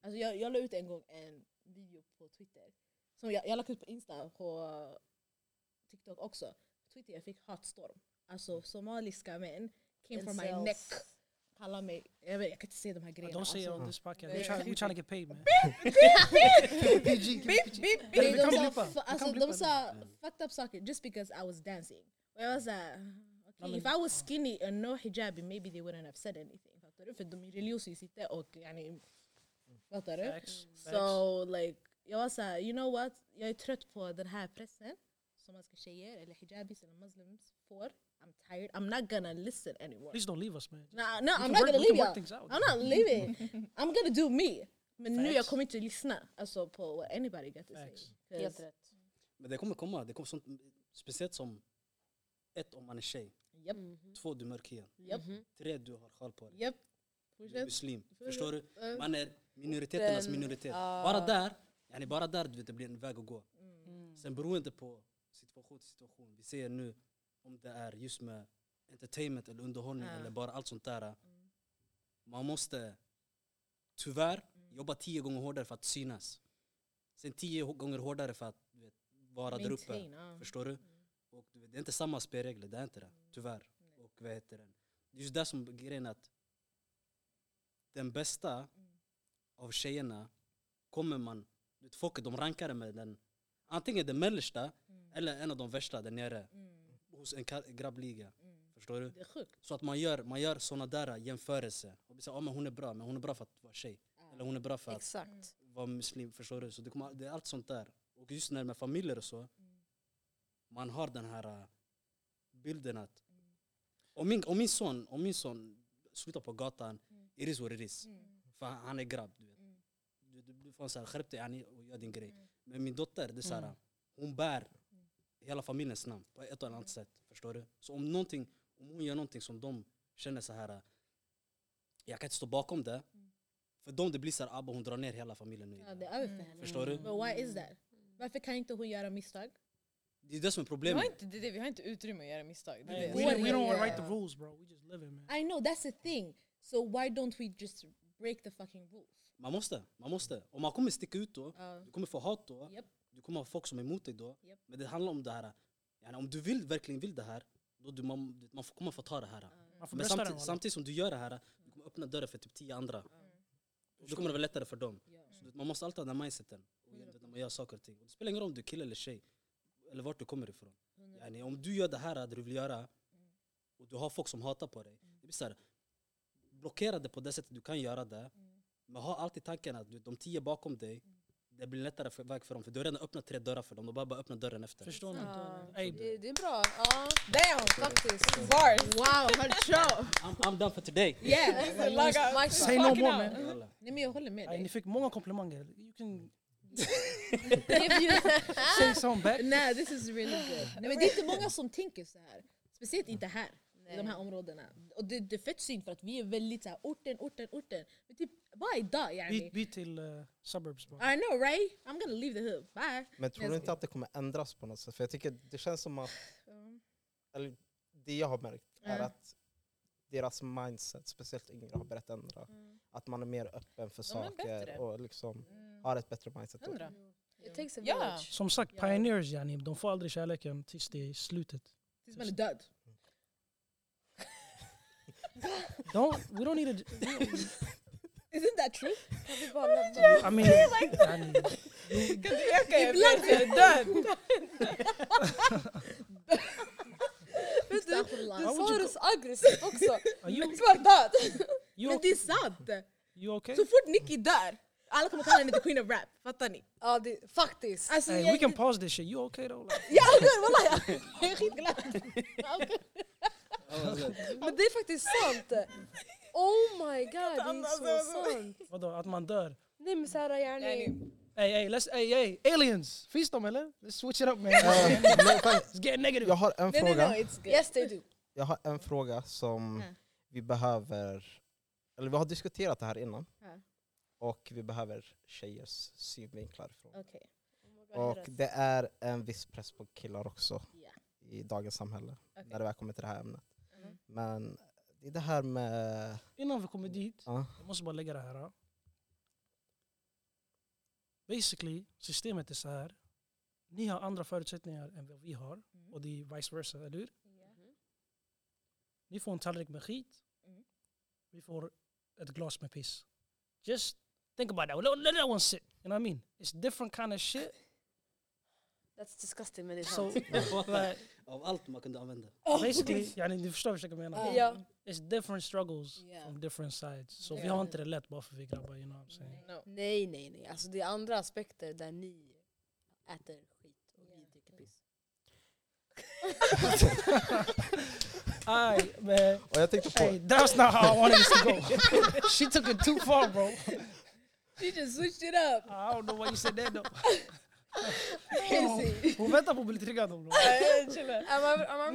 F: Alltså jag, jag la ut en gång en video på Twitter, som jag, jag lagt ut på Insta på TikTok också. Twitter jag fick hatstorm. Alltså somaliska män came from my
A: Incels.
F: neck. Kalla mig, jag, vet, jag kan inte säga de här grejerna.
C: Don't say it on
F: alltså.
C: this podcast.
F: Nej.
C: We're trying, we're trying to get paid man.
F: Beep, beep, beep.
C: Eller vi kan
F: De
C: blippa.
F: sa,
C: Vi kan
F: alltså,
C: blippa
F: de sa fucked up soccer just because I was dancing. Och jag var såhär, okay, if I was skinny and no hijabi maybe they wouldn't have said anything. Fattar du? För de religiösa sitter och yani, fattar du?
C: Facts, facts.
F: So like, jag var såhär, you know what? Jag är trött på den här pressen som man ska tjejer eller hijabis eller muslims får. I'm tired, I'm not gonna listen anymore.
C: Please don't leave us man.
F: Nah, no, I'm
C: can
F: not
C: work-
F: gonna
C: we can
F: leave
C: work
F: y'all.
C: things out.
F: I'm not leaving. I'm gonna do me. Men nu jag
C: Facts.
F: kommer inte lyssna alltså, på what anybody got to say.
C: Facts.
F: 'Cause-
A: Helt rätt.
D: Men det kommer komma. Det kommer sånt, speciellt som ett, om man är tjej.
F: Japp,
A: Mhm.
D: Två, du är mörkhyad.
F: japp,
A: Mhm.
D: Tre, du har sjal på dig.
F: japp.
D: Du är
F: Fortsätt.
D: muslim.
F: Fortsätt.
D: Förstår du?
F: Eh,
D: Man är minoriteternas
A: Den-
D: minoritet.
A: ah.
D: Bara där, yani bara där du vet, det blir en väg att gå.
F: mm.
C: Mm.
D: Sen beroende på situation till situation. Vi ser nu om det är just med entertainment eller underhållning
F: Ja.
D: eller bara allt sånt där. Man måste tyvärr jobba tio gånger hårdare för att synas. Sen tio ho- gånger hårdare för att du vet, vara där uppe.
F: Maintain, Mm. ja.
D: Förstår du? Och du vet, det är inte samma spelregler, det är inte det. Tyvärr. Och vad heter den? Det är just det som är grejen att den bästa av tjejerna kommer man... Du vet, folket de rankar det med den antingen den mellersta
F: Mm.
D: eller en av de värsta där nere
F: Mm.
D: hos en ka- grabbliga.
F: Mm.
D: Förstår du?
F: Det är sjukt.
D: Så att man gör, man gör såna där jämförelser. Och vi säger ah, men hon är bra, men hon är bra för att vara tjej.
F: Ja.
D: Eller hon är bra för att
A: Exakt.
D: vara muslim. Förstår du? Så det, kommer, det är allt sånt där. Och just när det är med familjer och så, man har den här äh, bilden att om min, om min son, om min son slutar på gatan,
F: Mm.
D: it is what it is.
F: Mm.
D: För han han är grabb, du vet.
F: Mm.
D: Du, du, du får såhär, skärp dig yani, och gör din grej.
F: Mm.
D: Men min dotter, det är såhär,
C: Mm.
D: hon bär hela familjens namn på ett eller
F: Mm.
D: annat sätt. Förstår du? Så om, någonting, om hon gör någonting som de känner så här, äh, jag kan inte stå bakom det. För dem det blir såhär, abba hon drar ner hela familjen nu. i
F: Mm. Ja,
D: det.
F: det är över för
B: Mm.
F: henne.
D: Förstår du?
F: But why is that? Varför kan inte hon göra misstag?
D: Det är det som är
B: Vi har,
D: problemet.
B: inte, det, är det, vi har inte utrymme att göra misstag. Det är
C: Hey,
B: det.
C: we, don't- we
F: Warrior.
C: don't write the rules bro, we just live it man.
F: I know, that's the thing. So why don't we just break the fucking rules?
D: Man måste, man måste. Och man kommer sticka ut då,
F: Ja.
D: du kommer få hat då,
F: Japp.
D: du kommer ha folk som är emot dig då.
F: Japp.
D: Men det handlar om det här, yani, om du vill, verkligen vill det här, då du, man, man får- kommer få ta det här.
C: Man får brösta
D: Men
C: den
D: samtidigt,
C: walla.
D: samtidigt som du gör det här, du kommer öppna dörren för typ tio andra. Då kommer det vara lättare för dem.
F: Ja.
D: Så
C: Mm.
D: du- man måste alltid ha den här mindseten och du vet, när man gör saker och ting. Och det spelar ingen roll om du är kille eller tjej, eller vart du kommer ifrån. Yani, om du gör det här det du vill göra och du har folk som hatar på dig, det blir så här, blockera det på det sättet du kan göra det. Men ha alltid tanken att du vet, de tio bakom dig, det blir lättare för, väg för dem. För du har redan öppnat tre dörrar för dem, de bara, bara öppna dörren efter.
C: Förstår ni?
A: Ja.
C: Ey,
A: Det, det är bra. Ja,
B: Damn!
A: faktiskt.
B: Bars!
F: Wow, hard show!
D: I'm, I'm done for today!
F: Yeah!
B: Laga-
A: Mic drop.
C: Say no
B: Fucking
C: more
B: hell.
C: man.
D: Jalla.
F: Nej men jag håller med
C: Ey, Ni
F: dig.
C: fick många komplimanger. You can
F: Give you-
C: say some back.
F: Nej, this is really good. Nej, men det är inte många som tänker så här. Speciellt inte här, i de här områdena. Och det, det är fett synd för att vi är väldigt så här, orten, orten, orten. Men typ, bara idag yani.
C: Byt, byt till eh, suburbs bro.
F: I know right? I'm gonna leave the hood. Bye!
E: Men tror
F: Jag
E: du
F: ska-
E: inte att det kommer ändras på något sätt? För jag tycker det känns som att,
F: Um.
E: eller det jag har märkt är
F: Ja.
E: att deras mindset, speciellt yngre, har börjat ändra.
F: Mm.
E: Att man är mer öppen för
B: De är bättre.
E: saker och liksom
F: Mm.
E: har ett bättre mindset. Och
B: Hundra.
A: It takes a
B: Ja.
A: village.
C: Som sagt,
F: Ja.
C: pioneers yani, de får aldrig kärleken tills det är slutet.
F: Tills man är död.
C: Don't, we don't need a,
F: Isn't that true?
A: Kan vi bara lämna-
C: I mean, yani,
B: Kan du öka er
F: Ibland-
B: Jag är död!
A: Vet du,
F: Astaghfirullah.
A: du sa det så aggressivt också.
C: are you,
A: Du var död.
C: you,
F: Men
C: o-
F: det är sant!
C: you okay?
F: Så fort Nicki dör, alla kommer kalla henne the queen of rap. Fattar ni?
A: Ja, det, faktiskt.
F: Alltså,
C: Hey,
F: jag-
C: we can pause this shit, you okay though? Like,
F: Ja, good, wallah, jag- jag är skitglad.
D: Ja, alltså.
A: Men det är faktiskt sant. Oh my god, det är så sant.
C: vadå, att man dör?
A: Nej men såhär yani,
B: Yani,
C: Ey ey, let's, ey ey, aliens! Finns de eller? Let's switch it up man.
E: Eh, men fan,
C: Let's get negative.
E: jag har en
F: Nej, nej,
E: fråga.
F: nej, it's good.
A: yes they do.
E: Jag har en fråga som
F: Ja.
E: vi behöver, eller vi har diskuterat det här innan.
F: Ja.
E: Och vi behöver tjejers synvinklar. Från.
F: Okej.
E: Och det är en viss press på killar också
F: Ja.
E: i dagens samhälle
F: Okej.
E: när det väl kommer till det här ämnet.
F: Mhm.
E: Men det är det här med...
C: Innan vi kommer dit,
E: Ja.
C: jag måste bara lägga det här. ja. Basically, systemet är så här. Ni har andra förutsättningar än vad vi har.
F: Mm.
C: Och det är vice versa, eller hur?
F: Ja.
A: Mhm.
C: Ni får en tallrik med skit.
F: Mm.
C: Vi får ett glas med piss. Just think about that. Let, let that one sit. You know what I mean? It's different kind of shit.
A: That's disgusting men det är
C: So,
A: sant.
C: like,
D: Av allt man kunde använda.
C: basically, yani, ni förstår vad jag menar.
F: Ja.
A: Ja.
C: It's different struggles
F: Yeah.
C: from different sides. Så vi
F: Yeah.
C: har inte det lätt bara för vi grabbar, you know what I'm saying?
B: no.
A: Nej nej nej, alltså det är andra aspekter där ni äter skit och vi dricker piss.
C: Aj, men...
E: Och jag tänkte på...
C: Hey, that's not how I wanted this to go. she took it too far, bro.
F: You just switched it up.
C: I don't know why you said that though.
F: Crazy.
C: Hon väntar på att bli triggad. hon.
A: Am I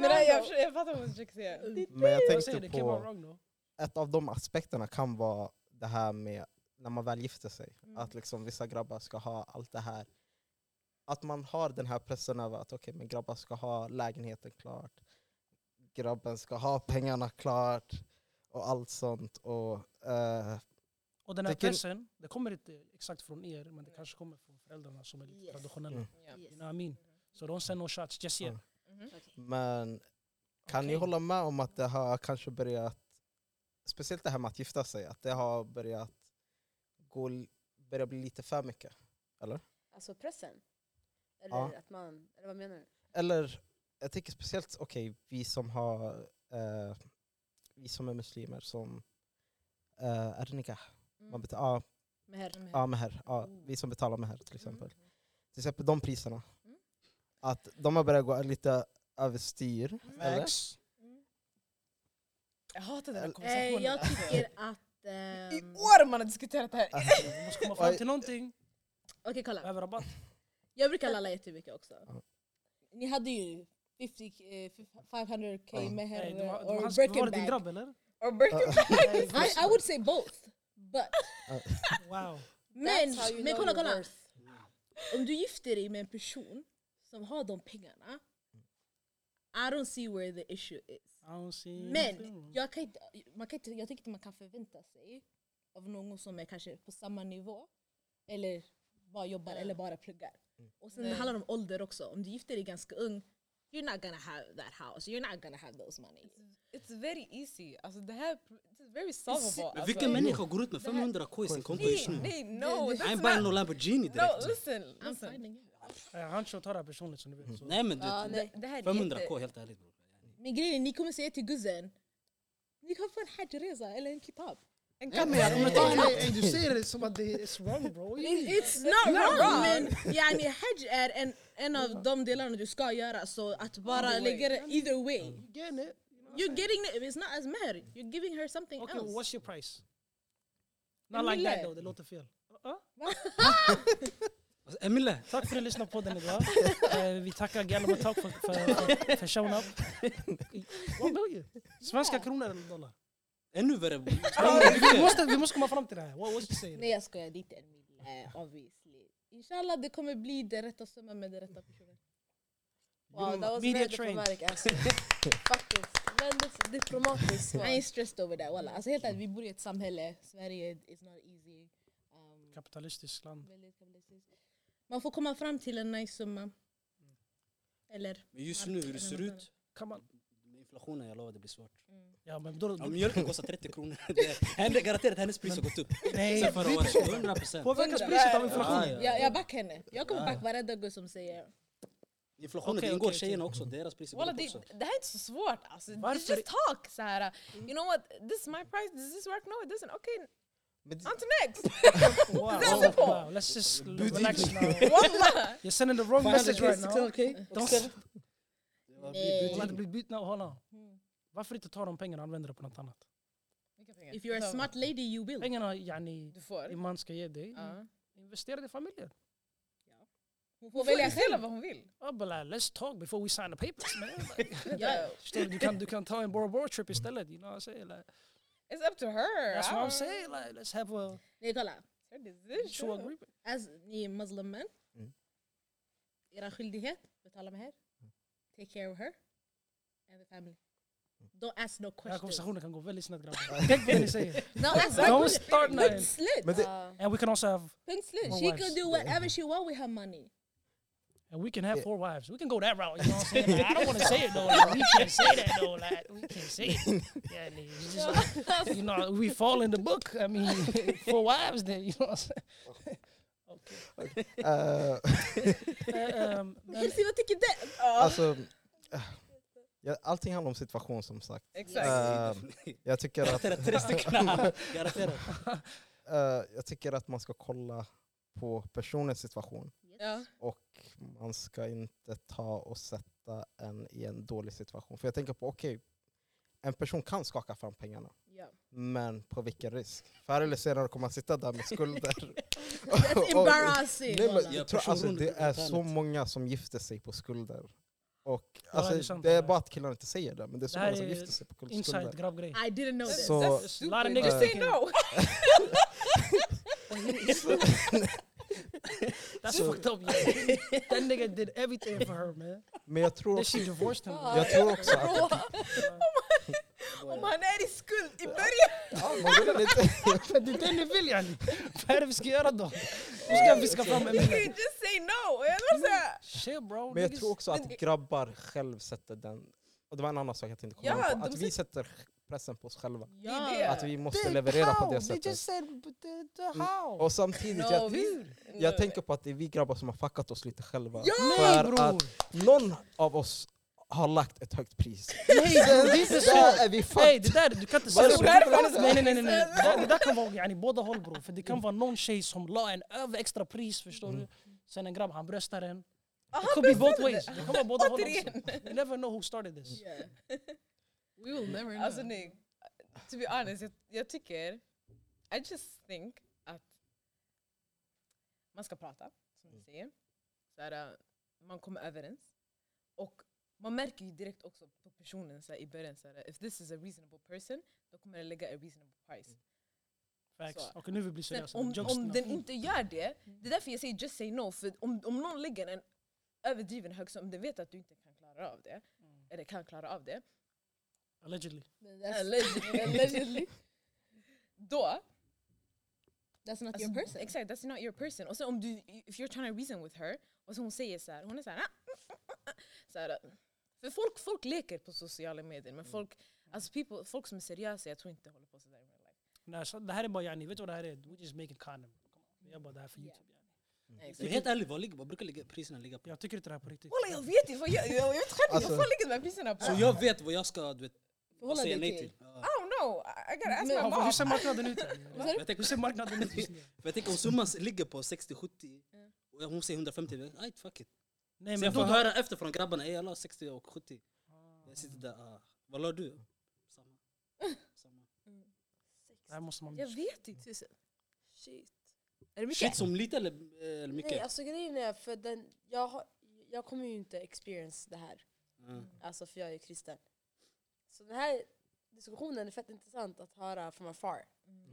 B: Men nej, jag,
A: wrong?
B: försöker- jag fattar vad hon försöker säga.
E: Men jag
C: Jag säger
E: tänkte
C: det, Kim var
E: på,
C: wrong då.
E: ett av de aspekterna kan vara det här med när man väl gifter sig. Att liksom vissa grabbar ska ha allt det här. Att man har den här pressen över att okej, men grabbar ska ha lägenheten klart. Grabben ska ha pengarna klart. Och allt sånt. Och, eh,
C: Och den här
E: Det kan-
C: pressen, det kommer inte exakt från er, men det kanske kommer från föräldrarna som är lite
F: Yes.
C: traditionella.
E: Mm.
B: Ja.
C: You know what I mean? Så de säger no shots, just yet.
E: Mm.
B: Mhm.
E: men kan ni
C: Okej.
E: hålla med om att det har kanske börjat, speciellt det här med att gifta sig, att det har börjat gå, börja bli lite för mycket?
A: Alltså pressen? Eller
E: Ja.
A: att man, eller vad menar du?
E: eller jag tänker speciellt, okej, vi som har eh, vi som är muslimer som eh, är det nikah?
D: Mm.
E: Man betalar, ja,
F: Meher.
E: ja, meher, ja,
D: Oh.
E: vi som betalar meher till exempel.
D: Mm.
E: Till exempel de priserna. Att de har börjat gå lite överstyr.
D: Mm.
E: Eller?
C: Max.
B: Jag hatar den här
E: Eller-
F: Eh,
B: konversationen.
F: jag
B: alltså.
F: tycker att...
B: I
F: ehm, Okej,
B: år man har diskuterat det här.
C: Vi måste komma fram till någonting.
F: kolla.
C: Behöver rabatt.
F: Jag brukar lalla jättemycket också.
E: Ja.
F: Ni hade ju 50, eh, 500k
E: Ja.
F: meher
C: Nej, det var, det var,
F: or
C: hans, var det din
F: Birkenbag.
C: grabb eller?
B: Or Birkin
F: I, I would say both. But,
C: Wow.
F: men,
A: how you
F: men
A: know
F: kolla,
A: your
F: kolla.
A: worth.
F: Om du gifter dig med en person som har de pengarna, I don't see where the issue is.
C: I don't see
A: Mm.
C: anything
F: Men
C: wrong.
F: jag, kan inte, man kan inte, jag tycker inte man kan förvänta sig av någon som är kanske på samma nivå, eller bara jobbar
B: Ja.
F: eller bara pluggar.
A: Mm.
F: Och sen det
B: Nej.
F: handlar det om ålder också. Om du gifter dig ganska ung, you're not gonna have that house, you're not gonna have those money.
A: Alltså,
B: It's very easy. Alltså det här, it's very solvable. Alltså,
D: Vilken människa går ut med 500k i sin konto just
B: Nej,
D: nu?
B: nej, no.
F: Det-
D: I ain't
B: That's
D: buying
B: not,
D: no Lamborghini
B: no,
D: direkt.
B: listen.
F: I'm
B: listen.
F: finding it.
C: Eh, Han kör tar det här personligt som du
E: Mm.
C: vet. Så.
D: Nej men du,
A: Ja, nej.
B: Det här är
D: 500k helt ärligt. bror.
F: Men grejen är, ni kommer säga till guzzen, ni kan få en hajresa eller en kitab.
B: En
D: Nej, men jag kommer ta en
C: Ey, ey, Du säger det som att det är wrong bro.
F: It's not wrong! Men yani, hajj är en, en av de delarna du ska göra, så att bara
B: Either way.
F: lägga det either way.
C: Again, eh,
F: You're getting it. It's not as mad. You're giving her something
C: okay,
F: else.
C: what's your price? Not like that though, det låter fel. Uh-uh.
D: Alltså, Emile,
C: Tack för att ni lyssnade på den idag. Eh, vi tackar Gallup Talk för, för, för, för showen up. One million. Svenska kronor eller dollar?
D: ännu värre.
C: Vi måste, vi måste komma fram till det här. What, what you saying?
F: Nej jag skojar, det är inte en mil. eh, obviously. Inshallah det kommer bli den rätta summan med den rätta personen.
A: Wow, that was
C: media
A: very
C: trained.
A: diplomatic answer. Faktiskt, väldigt diplomatiskt
F: I ain't
A: svar.
F: stressed over that walla. Alltså helt ärligt, vi bor i ett samhälle. Sverige is not easy. Um,
C: Kapitalistiskt land.
F: väldigt kapitalistiskt. Man får komma fram till en nice summa. Eller?
D: Men just nu hur det ser ut,
C: Kan man?
D: med inflationen jag lovar det blir svårt.
C: Ja, men då,
D: Ja, mjölken kostar 30 kronor. Det- Henne garanterat hennes pris har gått upp.
C: Nej,
D: Sen förra
C: vi
D: året.
C: förstår.
D: 100 procent.
C: påverkas priset av inflationen?
D: Ja,
F: Jag, jag backar henne. Jag kommer back varenda gubbe som säger
D: Inflationen,
C: Okej,
D: det ingår
C: okej, okej.
D: tjejerna också. Deras priser går
B: Walla,
D: upp
B: det,
D: också.
B: det här är inte så svårt alltså. It's
C: Varför-
B: just talk såhär. You know what, this is my price, does this work? No it doesn't. Okay,
E: Men det-
B: on to next!
C: Wow,
B: Example.
C: wow, let's just relax now.
B: Walla!
C: You're sending the wrong message right now. Eh, Don't
F: nej.
C: Om man inte blir bytt now, hålla.
B: Hmm.
C: Varför inte ta de pengarna och använda det på något annat?
F: If you're a smart lady you will.
C: Pengarna yani,
B: Du får.
C: din man ska ge dig,
B: Ja.
C: investera i familjen.
F: Hon får
B: Hon får
F: välja
B: beställa
F: själv.
B: vad hon vill.
C: Ja, but like, let's talk before we sign the papers man.
F: Ja,
C: Förstår du? Du kan, du kan ta en Bora Bora trip istället. You know what I'm saying? Like,
B: It's up to her.
C: that's what I'm
B: I-
C: saying. Like, let's have a
F: Nej kolla.
B: Her decision.
C: mutual agreement.
F: As ni är muslim män,
E: Mm.
F: era skyldighet, betala med här. Take care of her and the family. Don't ask no
C: Den här
F: questions.
C: konversationen kan gå väldigt snett grabbar. Tänk på vad ni säger.
F: Don't ask no
C: Don't
F: questions.
C: start now.
F: Punkt slut.
E: Men det-
A: Ja.
C: And we can also have,
F: Punkt slut.
C: My
F: She
C: wife's
F: can do whatever she want with her money.
C: and we can have four wives. We can go that route. You know what I'm saying? Like, I don't want to say it though. Like, we can't say that though. Like, we can't say it. Yeah, and it's just like, you know, we fall in the book. I mean, four wives then. You know what I'm
E: eh,
C: saying? Uh, um, men-
F: Elsie vad tycker du?
E: alltså, eh, ja, allting handlar om situation som sagt.
B: Exakt.
E: Eh, jag tycker att
D: Garanterat tre stycken. Garanterat.
E: Eh, jag tycker att man ska kolla på personens situation
B: Ja.
E: och man ska inte ta och sätta en i en dålig situation. För jag tänker på, okej, en person kan skaka fram pengarna,
F: Ja.
E: men på vilken risk? Förr eller senare kommer man sitta där med skulder.
F: That's
E: Och- och-
F: embarrassing!
E: Nej, men
F: wallah.
D: Ja,
E: jag tror, alltså,
D: personrån
E: det
D: är
E: är så
D: internet.
E: många som gifter sig på skulder. Och,
C: Ja,
E: alltså,
C: det är
E: det, är
C: sant.
E: bara att killarna inte säger det, men det är så
C: Det här
E: många som
C: är
E: gifter sig på kul-
C: Inside
E: skulder.
C: grabbgrej.
F: I didn't know this.
E: Så-
B: That's
C: A lot of
B: stupid.
C: niggas
B: Just say
C: thinking-
B: no.
C: That's fucked up. Yeah. that nigga did everything for her, man.
E: Men jag tror,
C: Then she divorced him.
E: jag tror också att...
B: Om han är i skuld i början.
E: Ja, man vill inte,
C: Det är det ni vill yani. Vad är det vi ska göra då? Vi ska fiska fram en
B: You
C: miljon.
B: can just say no. Eller så.
C: Shit bro.
E: men jag
C: niggas.
E: tror också att
B: Men-
E: grabbar själv sätter den... Och det var en annan sak jag tänkte komma
B: Ja,
E: in på.
B: de
E: Att vi sätter pressen på oss själva.
B: Ja.
F: Ja.
B: det.
E: Att vi måste leverera på det sättet.
C: said the, the
E: Mm.
C: how.
E: Och samtidigt,
B: No,
E: jag,
B: hur?
E: jag tänker på att det är vi grabbar som har fuckat oss lite själva.
C: Nej
E: För
C: bror.
E: att någon av oss har lagt ett högt pris.
C: Nej bror, det är inte så.
E: Där är vi
C: Nej
E: fucked!
C: det där, du kan inte
E: Vad är
C: säga
E: det
C: så.
E: som
C: Nej
E: händer?
C: nej nej, nej, nej. Det, där- det där kan vara yani, båda håll bror. För det kan vara någon tjej som la en över extra pris förstår
E: Mm.
C: du. Sen en grabb han bröstar en. It could be both ways. Det kan vara båda håll också.
B: Återigen.
C: You never know who started this.
F: Yeah.
B: We will never know. Alltså nej, to be honest, jag, jag tycker, I just think att man ska prata, som du säger. Så här, äh, man kommer överens. Och man märker ju direkt också på personen så här, i början, så här, if this is a reasonable person, då kommer den lägga a reasonable price.
C: Facts.
B: Mm. Så. alltså
C: Okej nu vill vi bli
B: Sen,
C: seriösa.
B: om
C: Jokes
B: om
C: now.
B: den inte gör det, det är därför jag säger just say no. För om, om någon lägger en överdriven hög summa, om den vet att du inte kan klara av det, eller kan klara av det,
C: Allegedly.
F: But That's,
B: Allegedly.
F: allegedly.
B: då
F: That's not
B: Alltså,
F: your person.
B: Exakt, that's not your person. Och sen om du, if you're trying to reason with her, och så hon säger så här, hon är så här, ah, så här för folk, folk leker på sociala medier, men folk, alltså people, folk som är seriösa, jag tror inte håller på sådär.
C: Nej, så det här är bara yani, vet du vad det här är? We just making condom. Vi gör bara det här för
F: Yeah.
C: Youtube. yani.
D: Så helt ärligt, vad ligger- vad brukar ligga- priserna ligga på?
C: Jag tycker inte det här på riktigt.
B: Walla jag vet inte, vad jag, jag, jag vet själv inte,
E: Alltså-
B: vad fan ligger de här priserna på?
D: Så jag vet vad jag ska du vet,
F: Förhålla
D: säga
F: dig
D: nej
F: till.
D: till. Ja.
B: I don't know, I I gotta ask
C: Ja,
B: my
C: för
B: mom.
C: Hur ser marknaden ut? yani?
D: Men jag
C: Hur
D: tänker-
C: ser marknaden ut just nu?
D: För jag tänker om summan ligger på 60-70 och hon säger 150, men, nej fuck it.
C: Nej,
D: Så
C: men
D: jag
C: då,
D: får
C: då,
D: höra efter från grabbarna, "Ey, jag la 60 och 70. Jag sitter där, ah, vad la du? Samma. Samma.
C: det här måste man...
B: Jag vet inte.
A: Shit.
B: Är det mycket?
D: Shit som lite eller, eller
A: Nej,
D: mycket?
A: alltså grejen är för den, jag, har, jag kommer ju inte experience det här.
D: Ja.
A: Alltså för jag är ju kristen. Så den här diskussionen är fett intressant att höra från afar.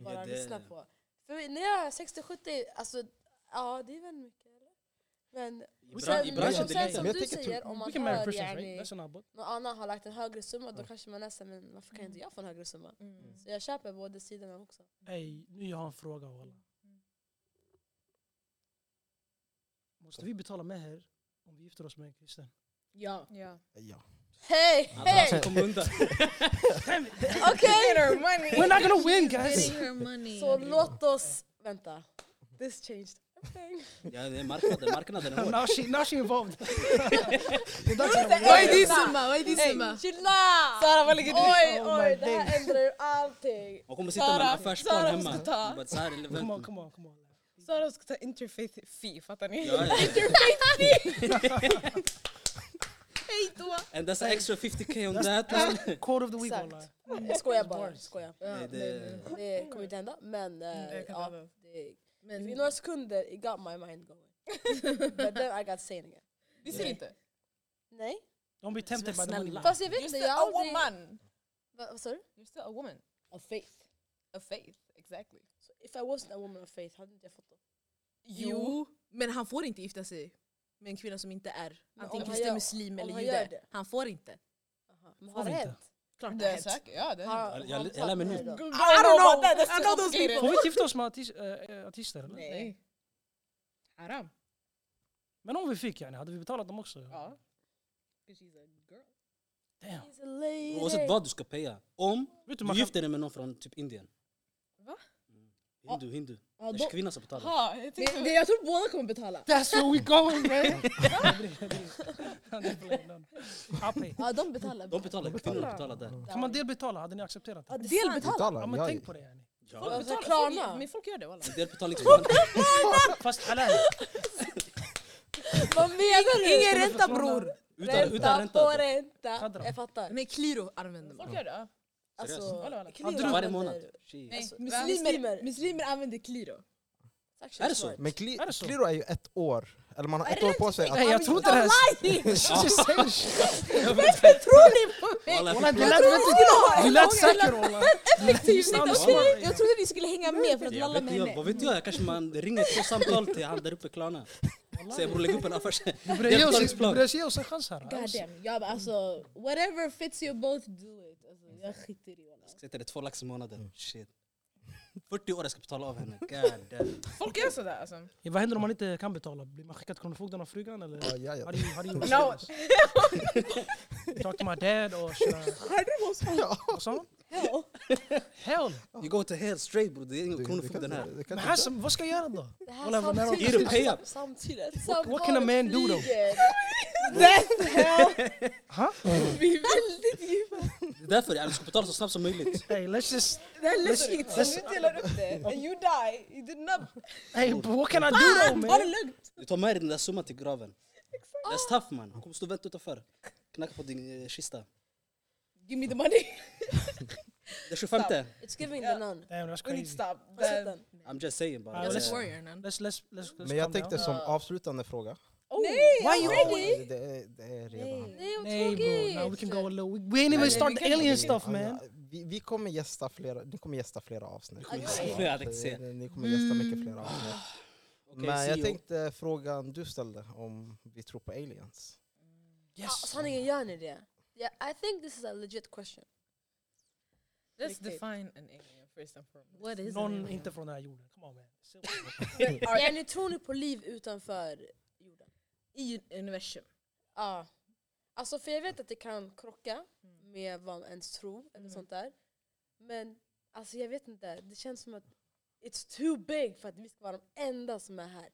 A: Bara
D: Ja, det-
A: lyssna på. För när jag är 60-70, alltså ja det är väl mycket eller? Men
D: I,
A: och
D: bra,
A: sen,
D: I
A: men
D: branschen
A: som,
E: jag
D: det är
A: sen, som
E: Men
D: lite.
E: jag
A: du
E: tänker typ-
B: Oh
A: säger, om man
C: We can marry
A: hör
C: Christians right?
A: yani,
C: That's not bad.
A: någon annan har lagt en högre summa då
E: Ja.
A: kanske man nästan, men varför kan inte jag få en högre summa?
B: Mm.
A: Så jag köper båda sidorna också.
C: Ey, nu jag har en fråga walla. Måste vi betala mer om vi gifter oss med en kristen?
F: Ja.
B: Ja.
E: Ja.
A: Hej!
D: Annars
A: Hej!
D: kommer undan.
A: Okej!
C: We're not gonna win guys!
F: Getting her money.
A: Så låt oss... Vänta. This changed everything.
D: Ja, det är marknaden, marknaden är hård.
C: now, she, now she nou, involved. det är dags
F: Vad
C: att
F: är din summa? Vad är din summa?
A: Chilla!
B: Sara vad ligger du?
A: Oj,
C: Oh
A: oj,
C: my
A: det här ändrar ju allting.
D: Man kommer sitta med en
B: Sara,
D: affärsplan
B: Sara
D: hemma.
B: måste ta.
D: Hon bara, "Så här
C: Come
D: är
C: on,
D: level."
C: come on, come on.
B: Sara ska ta interfaith fee, fattar ni?
D: Ja, ja.
F: Hej då!
D: And that's an extra 50k on that one.
C: Quote of the week
A: Exakt.
C: walla.
A: Jag skojar bara. Jag skojar.
D: Nej, det-
A: Det kommer inte hända, men eh,
B: det kan
A: ja,
B: hända.
A: det,
F: Men
A: i några sekunder it got my mind going. But then I got saying again.
B: Vi ser inte.
A: Nej.
C: Don't be tempted by the money.
B: Snälla.
A: Fast jag vet
B: You're
A: inte,
B: still
A: jag
B: a
A: har aldrig...
B: woman.
A: Va- Vad sa du?
B: You're still a woman.
F: of faith.
B: Of faith, exactly.
A: So If I wasn't a woman of faith hade inte jag fått det.
F: Jo, men han får inte gifta sig med en kvinna som inte är
A: Men
F: antingen
A: om han
F: kristen,
A: gör-
F: muslim eller
A: om han gör
F: jude.
A: det.
F: Han får inte.
A: Aha. Men
C: Får
A: har det
C: vi inte?
A: hänt?
F: Klart
B: Det
F: det
B: är
F: har hänt. Ah,
B: säkert, ja det är
A: Har-
B: säkert.
A: har
D: jag-
A: han
D: jag
A: sagt
D: lär mig
A: det
D: nu.
A: här då?
B: I
F: don't know. I know those
C: Får vi inte gifta oss med artis- eh, artister eller?
B: Nej. Haram.
C: Men om vi fick yani, hade vi betalat dem också?
B: Ja. Because she's a girl.
C: Damn.
A: He's a lady.
D: Oavsett vad du ska paya. Dus Om
C: Vet du,
D: du
C: man kan,
D: gifter dig med någon från typ Indien.
B: Va?
D: Mm. Hindu, hindu. Det
F: Ja,
D: är
F: då-
D: kvinnan som betalar.
B: Ha, jag tänkte...
F: Men det- Jag tror båda kommer betala.
C: That's where we going man! Happy.
F: Ja, de betalar.
D: De betalar, kvinnorna betalar där.
C: kan man delbetala? Hade ni accepterat det?
F: Delbetala?
C: Ja
E: Betalar,
C: men
E: jag
C: tänk på det yani.
D: Ja.
A: Alltså,
B: Folk-
A: Klarna.
B: Men folk gör det walla.
D: Delbetalningsplan.
C: Fast halal!
A: Vad menar du?
F: Ingen ränta bror!
D: Utan, utan ränta.
A: på ränta.
C: Kadra.
A: Jag fattar.
F: Nej, kliro använder man.
B: Folk gör det. ja.
A: Alltså,
B: Hallå, hallå.
A: klirr
D: du- Varje
A: använder-
D: månad.
B: Nej,
D: Shit.
F: Alltså,
B: vem
F: muslimer,
A: muslimer-
F: muslimer använder kliro.
A: Actually
D: Är det så?
A: smart.
E: Men
C: Är det så?
E: Kli- Kliro är ju ett år, eller man har ett
F: Är
E: år
F: det
E: på sig
F: inte-
E: att...
C: Nej jag tror inte det här... Just saying shit.
F: Tror ni på mig?
D: Alla-
C: Wallah, Du lät väldigt- du lät säker wallah.
F: Effektivt!
C: Sanna,
F: Jag
C: sanna.
F: trodde- Jag trodde ni skulle hänga med för att
D: Jag
F: lalla
D: vet,
F: med
D: inte, jag, vad
F: henne.
D: vet jag? Kanske man ringer två samtal till han där uppe i Klarna. Säger bror lägg upp en affärs...
C: Du borde ge oss- du
D: Deltagningsplan.
C: borde ge oss en chans här.
F: God
C: alltså.
F: damn. Ja, men alltså, whatever fits you both, do it. Alltså, jag skiter i wallah.
D: Sätter det två lax i månaden. Shit. 40 år jag ska betala av henne. God damn.
B: Folk gör sådär alltså.
C: Vad händer om man inte kan betala? Blir man skickad till Kronofogden av frugan eller?
E: Ja, ja, ja.
C: How do you, how do you
B: No.
C: Talk to my dad or should I... Vad sa hon?
F: Hell.
C: Hell!
D: You go to hell straight bror. Det är
E: Du-
D: ingen
E: du kan
D: kronofogden
E: inte-
D: här.
E: du kan
C: Men
E: inte-
C: Hassan, vad ska jag göra då?
A: Det här
C: Wallah, vad nära-
A: samtidigt-
D: Ge dem pay up.
A: Samtidigt.
C: what can a man do though?
A: Samtidigt.
F: Death hell!
C: Huh?
F: Vi är väldigt djupa.
D: Det är därför jag ska betala så snabbt som möjligt.
C: Hey let's just...
F: Det här är
C: Let's-
F: löjligt.
C: let's-
F: Om du delar upp det, and you die, you did not...
C: Hey but what can I do though
F: Fan, ta det
C: man?
F: lugnt!
D: Du tar med dig den där summan till graven. Det är straff man. Han kommer stå och vänta utanför. Knacka på din eh, kista.
F: Give me the money.
D: Det är 25.
A: It's giving the nun.
F: We
C: Damn that's
F: need to
C: crazy.
F: stop. Den-
A: Sätt den.
D: I'm just saying bara. Eh,
C: Ja,
D: Det-
C: let's
F: man.
C: Let's, let's, let's, let's
E: Men jag
C: calm
E: tänkte
C: down.
E: som
F: Ja.
E: avslutande fråga.
F: Nej,
C: Why
F: I'm
C: you-
F: ready!
E: Det är, det är redan...
A: Nej vad
C: Nej bro,
A: tråkigt.
C: now we can go a little... We, we ain't even start the alien stuff man.
E: Ja, Vi, vi kommer gästa flera, ni kommer gästa flera avsnitt.
D: kommer
A: gästa
E: Ja,
D: flera, jag tänkte säga.
E: det- Ni kommer gästa mycket flera avsnitt.
D: Okej, E
E: Men
D: see
E: jag
D: you.
E: tänkte frågan du ställde om vi tror på aliens.
A: Ja, Sanningen, gör ni det? Yeah, I think this is a legit question.
B: Let's
A: Riktigt.
B: define an alien first and foremost.
F: What is
C: Någon inte från den här jorden. Come on man.
A: Ja, ni tror ni på liv utanför jorden?
F: I universum.
A: Ja. Alltså för jag vet att det kan krocka med vad man ens tror eller
B: Mm.
A: sånt där. Men alltså jag vet inte, det känns som att it's too big för att vi ska vara de enda som är här.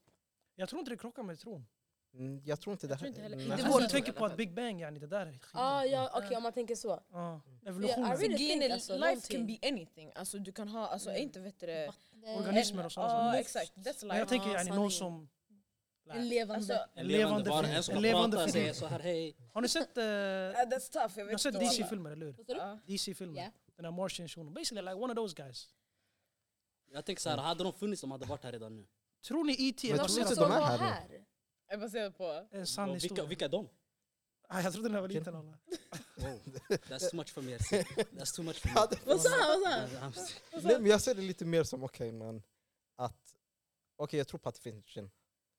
C: Jag tror inte det krockar med tron.
E: Mm, Jag tror inte det Mm.
B: tror inte heller-
E: Nej.
B: Det
C: Alltså
B: vore
C: du
B: tro
C: tänker
B: i
C: på
B: alla
C: att
B: fall.
C: Big Bang yani, det där är skiten.
A: Ah, ja, okej om man tänker så.
C: Ja, Evolutionen.
A: really
B: Grejen
A: think,
B: är,
A: alltså,
B: life can
A: någonting.
B: be anything. Alltså du kan ha, alltså
A: Mm.
B: inte vet du det...
C: Organismer och sådana
B: Ja
C: saker.
B: exakt, that's
C: Men
B: life.
C: jag tänker
A: Ja,
C: yani, någon
A: sanningen.
C: som...
F: En levande.
B: Alltså,
C: En levande
D: vara,
C: figur.
D: En som
C: En
D: kan
C: levande
D: prata,
C: figur.
D: säga så här hej.
C: Har ni sett... eh,
B: ah, that's tough, jag
C: Ni har
B: vet
C: sett
B: inte. alla.
C: DC-filmer eller hur?
F: Vad sa du?
B: Ja.
C: DC-filmer.
F: Ja.
C: Den här Martian shunon. Basically like one of those guys.
D: Jag tänker så här, hade de funnits de hade varit här redan nu.
C: Tror ni E.T. är
E: Men
A: De
E: tror
A: som
E: inte
C: baserad
E: de
A: var
C: på
E: är
A: här.
E: här
B: Jag baserar på...
C: en sann
D: vilka,
C: historia?
D: vilka är de?
C: Ah, jag trodde den här var liten. alla.
D: Wow. That's too much for me. I see. That's too much for
E: Ja,
D: me.
E: det-
F: Vad sa han? Vad sa han?
D: I'm-
E: Nej, men jag ser det lite mer som, okej men att, okej jag tror på att det finns gin.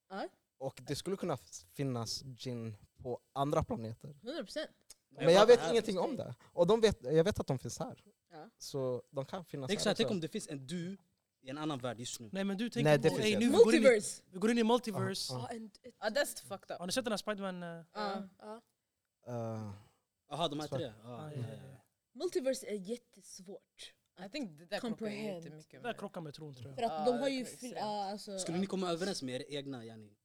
F: Ja.
E: Och det skulle kunna f- finnas gin på andra planeter.
F: 100%.
E: Men jag vet
D: här.
E: ingenting om det. Och de vet, jag vet att de finns här.
F: Ja.
E: Så de kan finnas
D: Tänk,
E: här
D: så här,
E: också.
D: tänk om det finns en du i en annan värld just nu.
C: Nej men du
E: Nej,
C: tänker
E: det
C: på...
E: finns
C: Ey,
E: jag
C: nu vi
E: inte.
C: går in i-
F: Multiverse!
C: vi går in i multiverse.
E: Ja,
A: Ja, en, ett,
B: Ah, that's fucked up. Uh,
C: Har ni sett den här Spiderman... eh,
F: Ja.
A: ja.
E: Eh,
D: Jaha, de här
E: Svart.
D: tre? Ja,
C: Ah,
D: ja,
C: ja,
D: ja, ja.
F: Multiverse är jättesvårt.
B: I think det där krockar ju
F: Comprehend.
B: jättemycket
C: Det där
B: med...
C: krockar med tron tror
F: För
C: jag.
F: att
B: Ja,
F: de
B: det
F: har ju...
B: kan jag
F: fri-
B: se.
F: ja, alltså,
D: Skulle ni komma överens med era egna yani?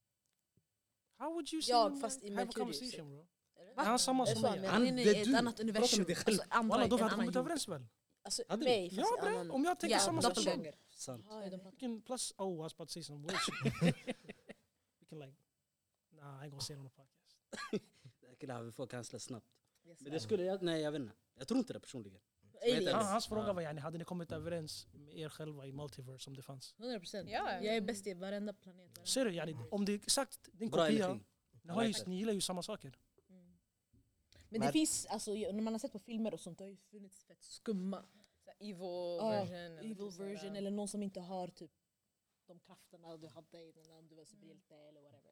C: How would you
A: Ja,
C: say-
A: fast i
C: have a
A: Mercurius.
C: conversation bro?
A: Eller?
C: Är han samma
A: Det är
C: som
A: så
C: mig?
A: han
D: Han,
A: menar.
F: Nej, nej,
D: det är
F: ett
D: du.
F: annat universum.
D: Prata med dig själv.
F: Alltså, andra,
C: Walla, då
F: en
C: hade vi
F: annan
C: kommit
F: jord.
C: överens väl?
A: Alltså
D: Hade du?
A: mig, fast
C: Ja
A: i
C: bre,
A: annan...
C: om jag tänker
F: Ja,
C: samma sak.
F: doppelganger.
D: Sant.
A: Ja, de pratar-
C: Vilken plus... Oh, I was about to say some weird shit. We can like... Nah, I ain't gonna say it on the podcast.
D: Det killar vi får cancella snabbt.
F: Yes.
D: Men det skulle jag, nej jag vet inte. Jag tror inte det personligen.
F: Aliens.
C: Ja,
D: Eller-
C: hans fråga
D: Ja.
C: var yani, hade ni kommit överens med er själva i multiverse om det fanns?
F: 100%.
B: Ja.
F: Jag är bäst i varenda planet. varenda-
C: Ser du yani, om det är exakt din
D: Mm. Bra
C: kopia,
D: energi.
C: ni, har ju,
D: Verkligen.
C: ni gillar ju samma saker.
F: Men
E: Men-
F: det finns, alltså, ju- när man har sett på filmer och sånt, det har ju funnits fett skumma.
B: Så här Evil
F: Ah,
B: version. eller
F: Evil
B: typ så här,
F: version eller någon som inte har typ de krafterna du hade innan om du var superhjälte
B: Mm.
F: eller whatever.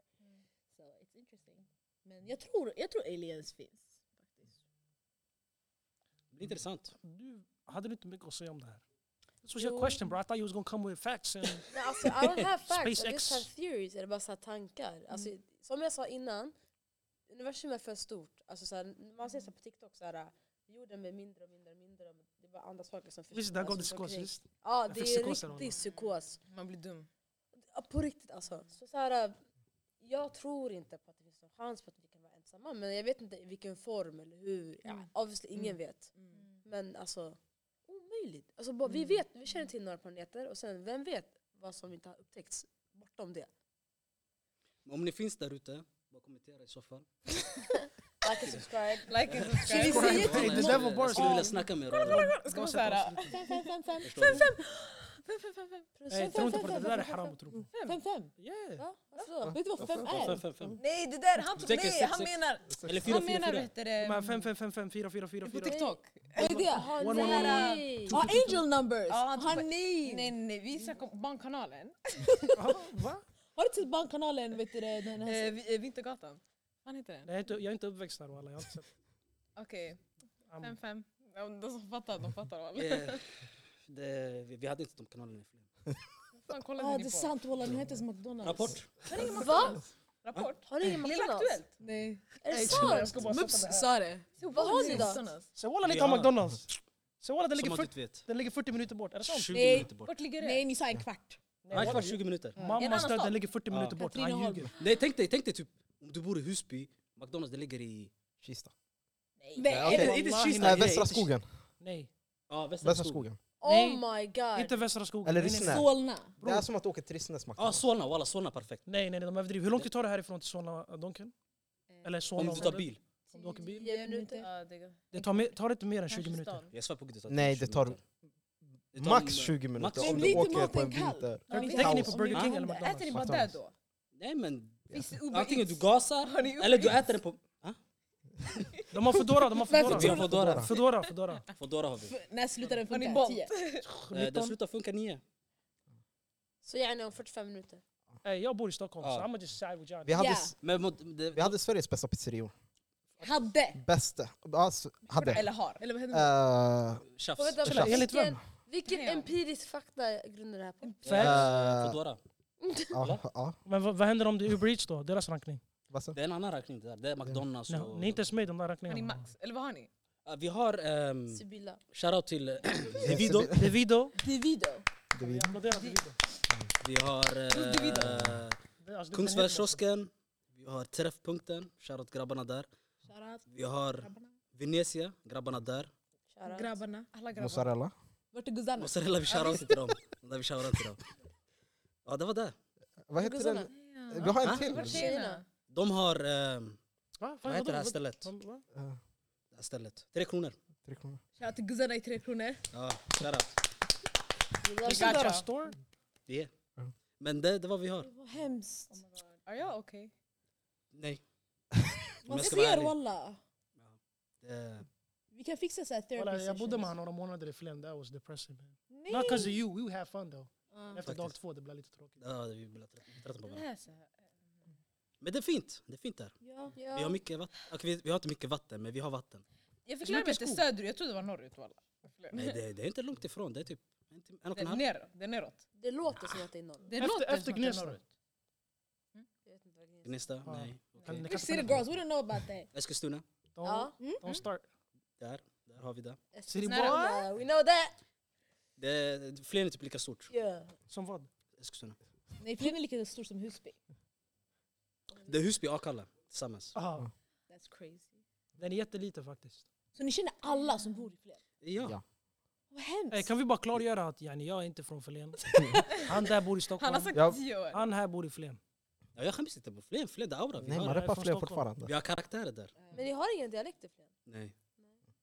F: So it's interesting. Men jag tror, jag tror aliens finns. faktiskt.
D: Det är intressant.
C: Du hade du inte mycket att säga om det här. This was your
A: Jo.
C: question bro, I thought you was gonna come with facts and...
A: Nej, alltså, I don't have facts,
C: SpaceX.
A: I just have theories. Eller bara så här tankar. Alltså,
C: Mm.
A: Som jag sa innan, universum är för stort. Alltså, så här, man ser så här på TikTok, så här, jorden blir mindre och mindre och mindre. och Det är bara andra saker som försvinner.
C: Visst, där gav det
A: alltså, runt
C: psykos
A: omkring.
C: visst?
A: Ja,
C: Jag
A: det
C: fick
A: är
C: psykos eller
A: riktig psykos.
B: Man blir dum.
A: Ja, På riktigt alltså. Så, så här, jag tror inte på att det finns någon chans på att vi kan vara ensamma. Men jag vet inte i vilken form eller hur.
B: Mm.
A: Ja, obviously ingen vet. Men alltså, omöjligt. Alltså, bara, vi, vet, vi känner till några planeter och sen vem vet vad som inte har upptäckts bortom det.
D: Om ni finns där ute, bara kommentera i så fall.
A: Like and subscribe.
B: Like and
A: Should vi säga
B: subscribe.
A: till
D: Jag
A: någon?
D: skulle- Jag skulle vilja snacka med er.
B: Ska man såhär...
F: Fem, fem, fem, fem.
D: Förstår du?
B: Fem, fem, fem, fem.
C: Ey, tro Eh, inte på det. Det där är haram att tro på.
F: Fem, fem.
C: Yeah. Mm.
A: Va? Alltså, Varför då?
F: Vet du vad fem är?
D: Fem, fem, fem.
B: Nej det där, han
D: Du
B: tog
D: tänker
B: nej,
D: sex,
B: han
D: sex.
B: menar...
D: Eller fyra,
B: Han
D: fyra,
B: menar
D: fyra.
B: vet du det... um,
C: De här 5, 5, 5, 5, 4, 4, 4,
B: På
C: 4.
B: TikTok.
F: Vad är det?
A: Har
C: One,
A: ni
C: one,
A: det
C: one,
A: här, eh,
F: Ah, angel numbers!
B: Ja, han tog-
F: Honey!
B: Nej nej, vi snackar om Barnkanalen.
C: Va?
F: Har du sett Barnkanalen? Vet du det? Den här...
B: Eh, vi- eh, Vintergatan. Vad heter den?
C: Nej, jag är inte- jag är inte uppväxt där walla. Jag har inte sett.
B: Okej,
C: I'm-
B: fem fem. Ja, De som fattar, de fattar. alla.
D: Eh, det- Vi vi hade inte de kanalerna.
B: Fan kollade
F: Ah,
B: ni
F: det är
B: på?
F: sant walla, den heter McDonalds.
D: Rapport.
A: Va?
B: Rapport.
A: Har ni ingen
B: Lilla
A: McDonalds?
B: Aktuellt.
F: Nej.
A: Är det
C: Jag
A: sant?
C: ska bara sätta
F: Mups
C: det här.
F: sa det.
A: Vad har ni då?
B: McDonald's.
C: Så walla lite
D: Ja.
C: av McDonalds. Så walla den
D: Som
C: ligger
D: att du
C: 40
D: inte vet.
C: den ligger 40 minuter bort. Är det sant?
D: 20
F: Nej.
D: minuter bort.
B: Vart ligger det?
F: Nej, ni sa en kvart.
D: Nej, det var
C: walla.
D: 20 minuter.
B: I en
C: Mammas
B: annan
C: död
B: stad.
C: den ligger 40
D: Ja.
C: minuter bort. Han
F: Katrineholm.
C: ljuger.
D: Nej, tänk dig, tänk dig typ om du bor i Husby, McDonalds det ligger i...
E: Kista.
F: Nej,
E: okej.
F: är det-
D: Är det
C: Wallahi,
D: Kista?
E: Nej,
D: Nej, inte
E: Västra
D: Kista.
E: skogen.
C: Nej.
D: Ja, Västra
E: Västra
D: skogen.
E: skogen.
A: Oh my god.
C: Inte Västra skogen.
E: Eller
C: Nej, nej, nej.
E: Rissne.
F: Solna.
E: Det är som att åka till Rissnes
D: Ja,
E: McDonalds.
D: Solna. Walla, Solna är perfekt.
C: Nej, nej, nej, de överdriver. Hur långt tar det härifrån till Solna Donken?
B: Eh,
C: Eller
D: Om
C: Solna
D: du tar
C: området?
D: bil.
C: Om du åker bil?
A: Tio minuter.
B: Ja, det går.
C: Det tar, mer, tar inte mer än 20
B: Kanske
C: minuter.
B: stan.
D: Jag svär på gud det tar
E: Nej,
D: 20
E: det tar
D: minuter. Det tar
E: Max
D: en-
E: 20
D: max
E: minuter om
D: 20
E: du
F: minuter.
E: åker på en
F: Maten kall.
E: vinter.
C: Tänker
B: vi-
C: tänker ni
E: Kaos.
C: på Burger King
B: Ja,
C: eller
B: det- Äter ni
C: McDonalds?
B: bara där
E: McDonald's.
B: då?
D: Nej men,
B: Finns det Uber
D: antingen du
B: Eats?
D: gasar
B: Har ni Uber
D: eller du
B: Eats?
D: äter den på... Ah?
C: De har Foodora, de har
F: Varför
D: Vi
C: Foodora.
D: har Foodora.
C: Foodora, Foodora.
D: Foodora har vi.
F: F- När slutar den
B: Har ni
F: funka?
B: Bolt?
F: Tio.
D: Eh, Den
C: 19.
D: slutar funka nio.
A: Så gärna om 45 minuter.
C: Ey, jag bor i Stockholm, så
D: Ja.
C: I'm just side with Johnny.
E: Vi hade,
F: Ja.
E: s-
D: Men mot, det,
E: vi hade Sveriges bästa pizzerior.
F: Hade.
E: Bästa. Alltså, hade.
B: Eller har? Eller vad händer?
E: Eh,
D: tjafs.
A: Och vänta,
E: Ursäkta,
C: Alltså, enligt vem?
A: vilken, vilken
B: Damn.
A: empirisk fakta grundar det här på?
C: Facts.
E: eh,
D: Foodora.
E: ja, ja,
C: Men vad, vad händer om det är Uber Eats då? Deras rankning?
E: vad sen?
D: Det är en annan räkning det där. Det är McDonalds
C: Nej,
D: och...
C: ni är inte ens med i de där
B: Har ni
C: rankningarna.
B: Max? Eller vad har ni?
D: Ah, Vi har... ehm,
A: Sibylla.
D: Shoutout till eh, Divido.
C: Divido.
F: Divido.
E: Det
C: Vi
E: vi-
C: applåderar Divido.
D: Vi har eh,
B: Divido.
C: Det- alltså, det är
D: Kungsvärdskiosken. Vi har Träffpunkten. Shoutout grabbarna där.
F: Shoutout.
D: Vi har Venezia. Grabbarna där.
A: Shoutout.
F: Grabbarna.
B: Alla grabbar.
E: Mozzarella.
F: Vart är guzzarna?
D: Och sen lär vi shoutout till dem. Lär vi shoutout till dem. Ja, det var det.
E: Vad heter
A: Guzzarna.
E: den? Vi har en
D: Ah.
B: Vart är
E: till.
B: tjejerna?
D: De har... ehm,
C: Va?
D: vad heter det här stället?
C: Va?
E: Eh,
D: Det här stället. Tre kronor.
E: tre kronor.
F: Shoutout till guzzarna i Tre Kronor.
D: Ja, shoutout.
A: Vi love
C: Finns
A: you.
C: det där
B: Gotcha.
C: en store?
D: Det är.
E: Mm.
D: Men det, det är vad vi har.
F: Vad hemskt.
B: Oh Är jag okej?
D: Nej.
F: Man
D: jag ska vara
F: ser
D: ärlig.
F: walla.
D: Eh,
F: Vi kan fixa såhär therapy
C: Walla, Jag bodde med
F: sessions.
C: honom några månader i Flen, that was depressing. Man.
F: Nej.
C: Not because of you, we have fun though.
F: Ah.
C: Efter dag
D: Faktiskt.
C: två, det blev lite tråkigt.
D: Ja, vi blir trötta- vi är trötta
B: Det
D: på varandra.
B: här är så här.
D: Men det är fint. Det är fint där.
F: Ja.
D: Vi har
A: Ja.
D: mycket vatten. Okej, vi, vi har inte mycket vatten, men vi har vatten.
B: Jag fick
C: Så
B: lära
C: mycket
B: mig att det är
C: skog.
B: söderut, jag trodde det var norrut walla.
D: Nej, det, det är inte långt ifrån. Det är typ en, tim- en och
B: Det
D: en
B: är
D: halv.
B: neråt. Det är neråt.
A: Det låter som att det är någon.
B: Det
C: Efter-
B: låter
C: efter
B: som att det är
C: Gnesta.
B: norrut.
A: Jag vet inte vad det är.
D: Gnesta?
C: Ja.
D: Nej.
C: Kan ni
D: Okay.
F: Big
C: kasta
F: city
C: den här?
F: girls, we don't know about that.
D: Eskilstuna?
C: Don't,
A: Ja. Mm.
C: don't start.
D: Där. Där har vi det.
C: City
B: Snälla.
C: boy?
A: Uh, we know that!
D: det är- Flen är typ lika stort.
A: Yeah.
C: Som vad?
D: Eskilstuna.
F: Nej, Flen är lika stor som Husby.
D: Det är Husby och Akalla tillsammans.
C: Aha,
F: That's crazy.
C: den är jätteliten faktiskt.
F: Så ni känner alla som bor i Flen?
D: Ja.
E: Ja.
F: Vad
C: Ey,
F: hemskt.
C: Eh, kan vi bara klargöra att yani, jag är inte från Flen. Han där bor i
B: Han har
C: Stockholm.
E: Ja.
B: sagt tio år.
C: Han här bor i Flen.
D: ja jag skäms inte på Flen. Flen det är aura. Vi
E: Nej,
D: har,
E: man
C: är
E: repar
C: från
E: fler
C: Stockholm.
E: fortfarande.
D: vi har karaktärer där.
A: Men ni har ingen dialekt i Flen?
D: Nej.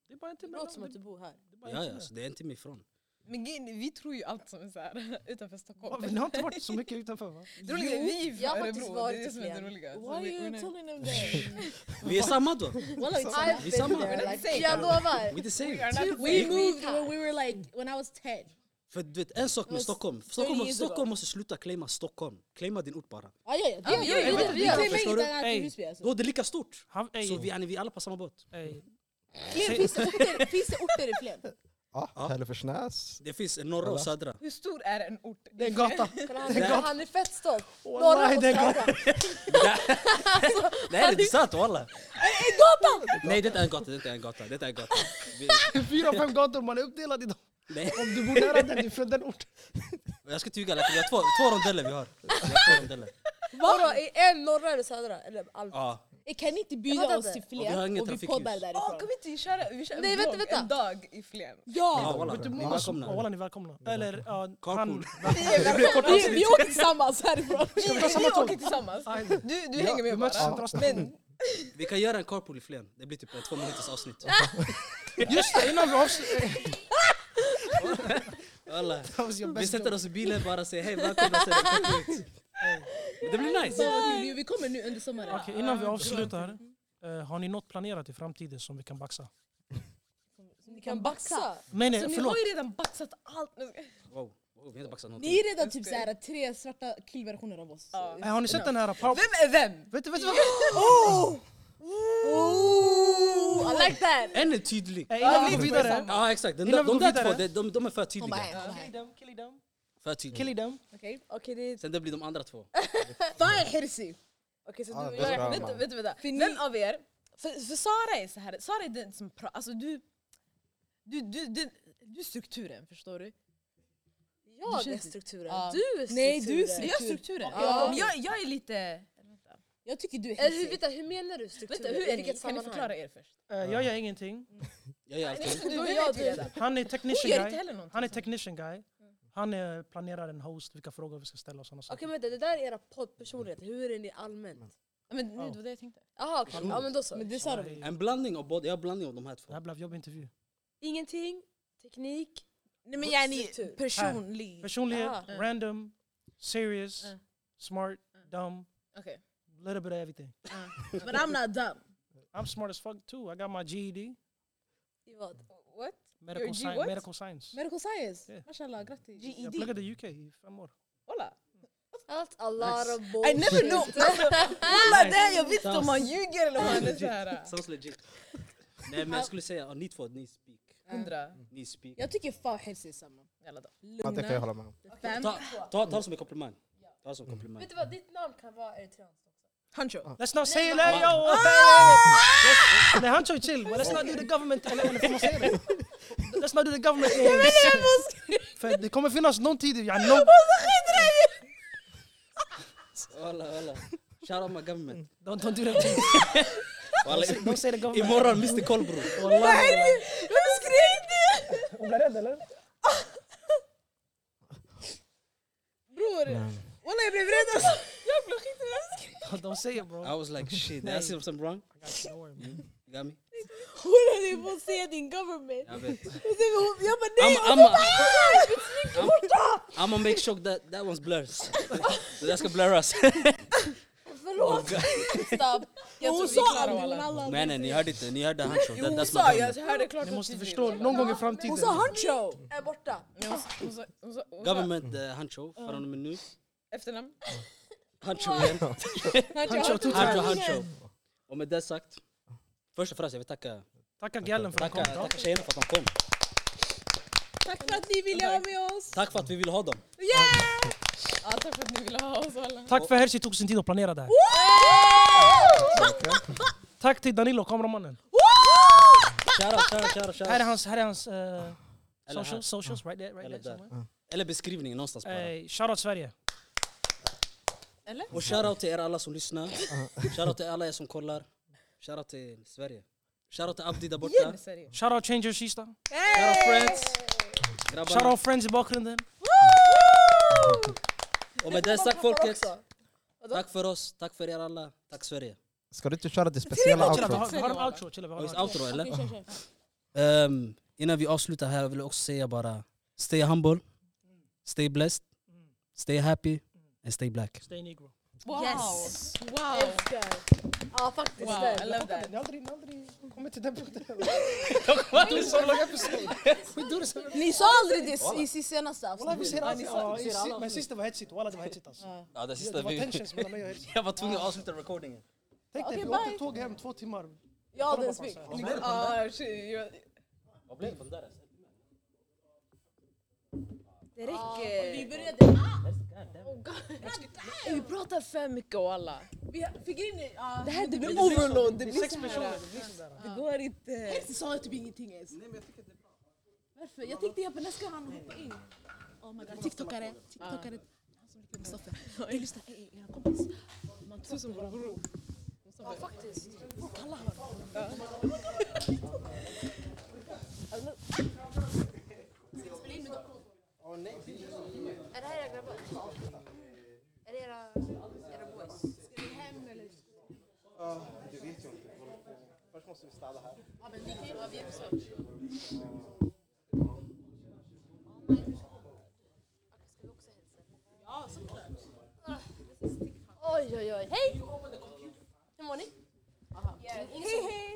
C: Det är bara inte
A: Det låter som att du bor här.
C: det är bara
D: Ja,
C: inte
D: ja,
C: med.
D: så det är en timme ifrån.
B: Men grejen är, vi tror ju allt som är så här utanför
C: Ja,
B: Stockholm.
C: men Ni har inte varit så mycket utanför va?
B: Det roliga är vi är från
A: jag har faktiskt
B: Örebro, det
A: varit
B: är
A: i
B: det som är det
A: Flen.
B: roliga. Så
F: Why are
B: vi-
F: you
B: we're not-
F: telling them that?
D: Vi är samma då!
F: Walla, it's
A: I've
D: Vi
A: been
D: samma.
A: there,
B: Men
A: like,
B: säg-
A: jag
D: We
A: lovar!
D: the same!
B: We are not-
F: We
A: We
F: moved
A: moved
F: when we were like, when I was 10.
D: För du vet, en sak med
F: was
D: Stockholm.
F: 30
D: Stockholm,
F: years
D: måste-
F: ago.
D: Stockholm måste sluta claima Stockholm. Claima din ort bara.
F: Ah, ja, ja, det
A: Ja,
F: gör
A: vi
F: vi.
A: gör
F: Vi
A: det, vi
F: vi
D: det.
A: gör
F: claimar
D: Förstår
F: inte
D: du?
F: att det är
C: Ey.
F: Husby alltså.
D: Då är det lika stort!
C: Han, ey,
D: Så vi är, vi är alla på samma båt.
C: ey,
F: Flen, Finns det orter- finns det orter i Flen?
E: Ja, Hälleforsnäs.
D: Det finns en norra och
E: Alla.
D: södra.
B: Hur stor är en ort?
C: Det är en gata.
A: Kolla,
D: Det är
A: Han,
D: gott.
A: han är fett stolt. Norra
C: Wallahi,
A: och
C: det är en
A: södra.
C: gata.
D: Nej, det är sant walla! Nej, det är en gata, det är en gata, det är en gata. Vi,
C: Fyra, fem gator, man är uppdelad i dem.
D: nej,
C: Om du bor nära den, du är från den orten.
D: jag ska tyga lite. Vi har två, två rondeller vi har. Vi har två rondeller.
A: Vadå, är en norra eller södra? Eller allt?
D: Ja,
F: Eh, Kan ni inte
A: Jag
F: bjuda
A: fattar
F: oss till
A: inte.
F: Flen
D: Och vi har inget
F: och vi
D: trafikljus.
F: poddar
B: Åh,
F: därifrån?
B: kan vi inte köra, vi kör en
A: Nej, vänta,
B: vlogg
A: vänta.
B: en dag i Flen?
D: ja
F: Ja!
D: walla.
C: Du
D: Ni
C: måste-
D: är
C: Ja,
D: välkomna.
C: Walla, ni är välkomna. Eller, ja, han...
D: Carpool.
F: Vi, vi åker tillsammans härifrån.
B: Vi, vi åker tillsammans.
C: Aj,
B: Du, du hänger med
C: möts
B: bara.
C: centralt.
B: Men
D: Vi kan göra en carpool i Flen. Det blir typ ett två minuters avsnitt.
C: Just det, innan vi avslutar.
D: Alla.
C: That was your
D: Vi
C: best
D: sätter
C: joke.
D: oss i bilen bara säger hej välkomna. sen går vi ut. Det blir nice.
F: Så, vi- Vi kommer nu under sommaren.
C: Okej, innan vi avslutar. eh, har ni något planerat i framtiden som vi kan baxa?
A: Ni kan baxa.
C: Nej,
B: Så
C: nej,
B: ni har
C: förlåt.
B: ju redan baxat allt. Nu ska-
D: Wow, wow vi har inte baxat
F: Ni
D: någonting.
F: är redan typ såhär, tre svarta killversioner av oss.
B: Ja.
C: Eh, har ni sett den här power...
B: Vem är vem?
C: Vet du, vet du vad?
A: Ooh, Oh, I like that!
D: En är tydlig.
C: Eh, innan vi går vidare.
D: Ja exakt, den där,
C: Innan vi
D: de
C: går
D: där två
C: vidare.
D: de, de, de är för
F: Hon
D: tydliga.
F: bara, "Eh, hon bara, eh."
C: dem, kill Mm. dem.
D: För
C: Kill
D: tydliga.
C: dem.
F: Okej.
A: Okej, det är...
D: Sen det blir de andra två.
F: Fan jag är hirsig.
A: Okej, så
E: Ja,
A: du
E: det är
A: jag-
E: bra.
B: Vänta,
E: man.
B: vänta, vänta.
F: För ni-
B: Vem av er? För, för Sara är så här. Sara är den som pratar, alltså du... Du, du, du, du är strukturen, förstår du?
A: Jag är
B: känns-
A: strukturen,
B: Ja.
A: du är strukturen.
F: Nej, du är
B: Det är
F: struktur.
B: jag strukturen.
A: Ja.
B: Men Jag, jag är lite... Vänta,
F: Jag tycker du är
A: Eller hur,
F: hirsig.
A: vänta, hur menar du strukturen?
B: vänta hur
A: I
B: är ni?
A: vilket
B: Kan ni
A: sammanhang?
B: förklara er först?
C: Eh, jag gör ingenting.
D: Jag gör allting.
A: Du
B: Du
A: och
B: vet
A: jag,
B: ju
A: du.
B: redan.
C: Han är
B: Hon
C: technician
B: gör inte
C: guy.
B: heller någonting.
C: Han är
B: sånt.
C: technician guy. Han är, planerar en host, vilka frågor vi ska ställa och sådana
A: Okej
C: saker.
A: men vänta, det där är era poddpersonligheter, hur är ni allmänt?
B: Ja, Men nu, det var det jag tänkte.
A: Jaha okej, ja men då så.
F: Men det sa de.
C: Nej,
D: En blandning av båda, jag har en blandning av de här
C: Det
D: två.
C: här blev jobbintervju.
A: Ingenting, teknik,
B: Nej
A: men
B: men
A: jag
B: jag
A: är ni-
F: typ.
B: personlig.
C: Personlighet,
A: Ah.
C: random, serious,
B: Ah.
C: smart, dumb,
B: Okej.
C: little bit of everything.
F: But I'm not dumb.
C: I'm smart as fuck too. I got my GED,
A: i vad?
B: What?
C: medical,
B: Your G
C: sci-
B: what?
C: medical science.
F: Medical science.
C: Yeah.
F: Mashallah, grattis.
C: Jag pluggade i UK i fem år.
B: Walla.
A: Allt a lot
D: Nice.
A: of bullshit.
B: never know. Walla det här, jag vet inte om han ljuger eller om han är såhär...
D: Sounds legit. Nej men jag skulle säga, ja, ni två, ni speak.
B: äh, Hundra.
D: Ni speak.
F: Jag tycker fan hirsig är samma.
B: Jalla då.
E: Ja, Det kan jag
F: Lugna,
E: hålla med om.
F: fem.
D: Ta, ta, ta det som en komplimang. Ta det som en komplimang.
A: Vet du vad, ditt namn kan vara eritreanskt också.
B: Hancho.
C: Let's not say
A: men-
C: that
D: Man.
C: yo! Nej han kör chill, but let's not do the government... Eller eller får man säga det? Let's not do the government names. För det kommer finnas någon tid... Jag know,
D: Walla walla. Shout out my government.
C: don't, don't do that to me.
D: Walla,
C: Don't say the government.
D: imorgon Mr Koll bror.
B: Varför skrek du?
C: Hon blev rädd eller?
B: Bror,
E: Men-
B: walla jag blev rädd alltså. Jag blev skiträdd.
C: Don't say it bro.
D: I was like shit, did I see something wrong?
C: I got you, don't worry, man.
D: You got me?
F: Hon höll ju på att säga din government.
D: Jag vet.
F: Och sen
C: "Oh,
F: hon- Jag bara
D: I'm,
F: nej!
D: I'm,
C: "Ah,
D: I'm, I'm gonna make sure that that one's blurs. Det där ska blurras. Oh,
A: Förlåt! Stopp! Jag
F: Hon
A: tror vi
F: sa
B: alla.
A: klarar av
F: aldrig, hon alla
D: Nej nej, ni hörde inte, ni hörde han show.
B: Jo
D: That,
B: hon
D: that's my
B: sa, jag
D: government.
B: hörde klart
C: Ni måste
B: tydligt.
C: förstå, någon gång i framtiden.
F: Hon sa honcho!
A: är borta.
B: Nej, hon sa- hon sa- hon sa- hon sa-
D: Government
C: Mm.
D: eh, han show,
C: Oh.
D: från och med nu.
B: Efternamn?
D: Han show igen.
C: Hancho,
F: Honcho,
C: tog
D: Han
C: hand.
D: show, han show. Och med det sagt, först och främst jag vill tacka,
C: Tacka gallen för att
D: tacka,
C: han kom.
D: tacka tjejerna för att de kom.
F: Tack för att ni ville ha med oss!
D: Tack för att vi ville ha dem.
B: Ja, tack för att ni ville ha oss alla.
C: Tack för att Herzi tog sin tid att planera det här. Tack till Danilo, kameramannen.
D: Shoutout, shoutout, shoutout,
C: Här är
D: shoutout.
C: hans, här är hans eh,
D: Eller
C: socials, socials, right there, right
D: Eller
C: there.
D: där.
C: somewhere.
D: Eller beskrivningen någonstans bara.
C: Eh, Shoutout Sverige.
B: Eller?
D: Och shoutout till er alla som lyssnar. Shoutout till alla er som kollar. Shoutout till Sverige. Shoutout till Abdi där borta.
B: Eller seriöst?
C: Shoutout Changers Kista.
D: Shoutout friends. Grabbarna.
C: Shoutout Friends i bakgrunden.
D: Och med det sagt folket,
A: Också.
D: tack för oss, tack för er alla, tack Sverige.
E: Ska du inte köra det speciella
C: Chilla, vi
E: outro?
C: har, vi har en outro. Chilla, vi har
D: Och
C: en
D: just
C: outro.
D: outro eller? Ehm, innan vi avslutar här vill jag också säga bara, stay humble, stay blessed, stay happy and stay black.
C: Stay negro.
B: Wow!
F: Yes.
B: Wow!
A: Älskar. Ja faktiskt.
B: Wow,
A: det.
B: I love that.
C: Ni har aldrig, ni har aldrig kommit till den punkten. Jag kommer aldrig så lång episod. Vi gjorde så
F: Ni sa aldrig det i sitt senaste
C: Walla vi
F: avsnitt.
C: ser allt. Ja, i si- Men sist det var hetsigt, walla det var hetsigt alltså.
D: Ja, det
C: Det var tensions mellan mig och Herzi.
D: Jag var tvungen att avsluta recordingen.
C: Tänk dig,
F: Okej,
C: vi
F: bye.
C: åkte tåg hem två timmar.
A: Jag hade en
C: Kolla bara
A: spik.
C: på oss här.
B: Ah, shit, jag-
D: Vad blev det på den där? alltså?
B: Det räcker.
F: Vi började...
B: Vi pratar för mycket walla.
F: Vi fick in...
B: Det här det blir overload. Det
C: Vi är
B: blir
C: sex
B: så
C: personer.
B: här.
C: det blir sådär.
B: Det går inte.
F: Helst sa jag typ ingenting ens. Nej, men jag tycker det är bra. Varför? Jag tänkte jag på nästa gång han hoppar in. Oh my god, tiktokare. Tiktokare. Han som liknar Kristoffer. Ey lyssna, ey ey, era kompis. Man tror som våran bror.
A: Ja faktiskt.
F: Folk kallar honom.
A: Är det här era grabbar? Är det era, era boys? Ska ni hem eller?
E: Du vet Först måste vi städa här.
A: Oj, oj, oj. Hej! Hur mår ni? Hej, hej!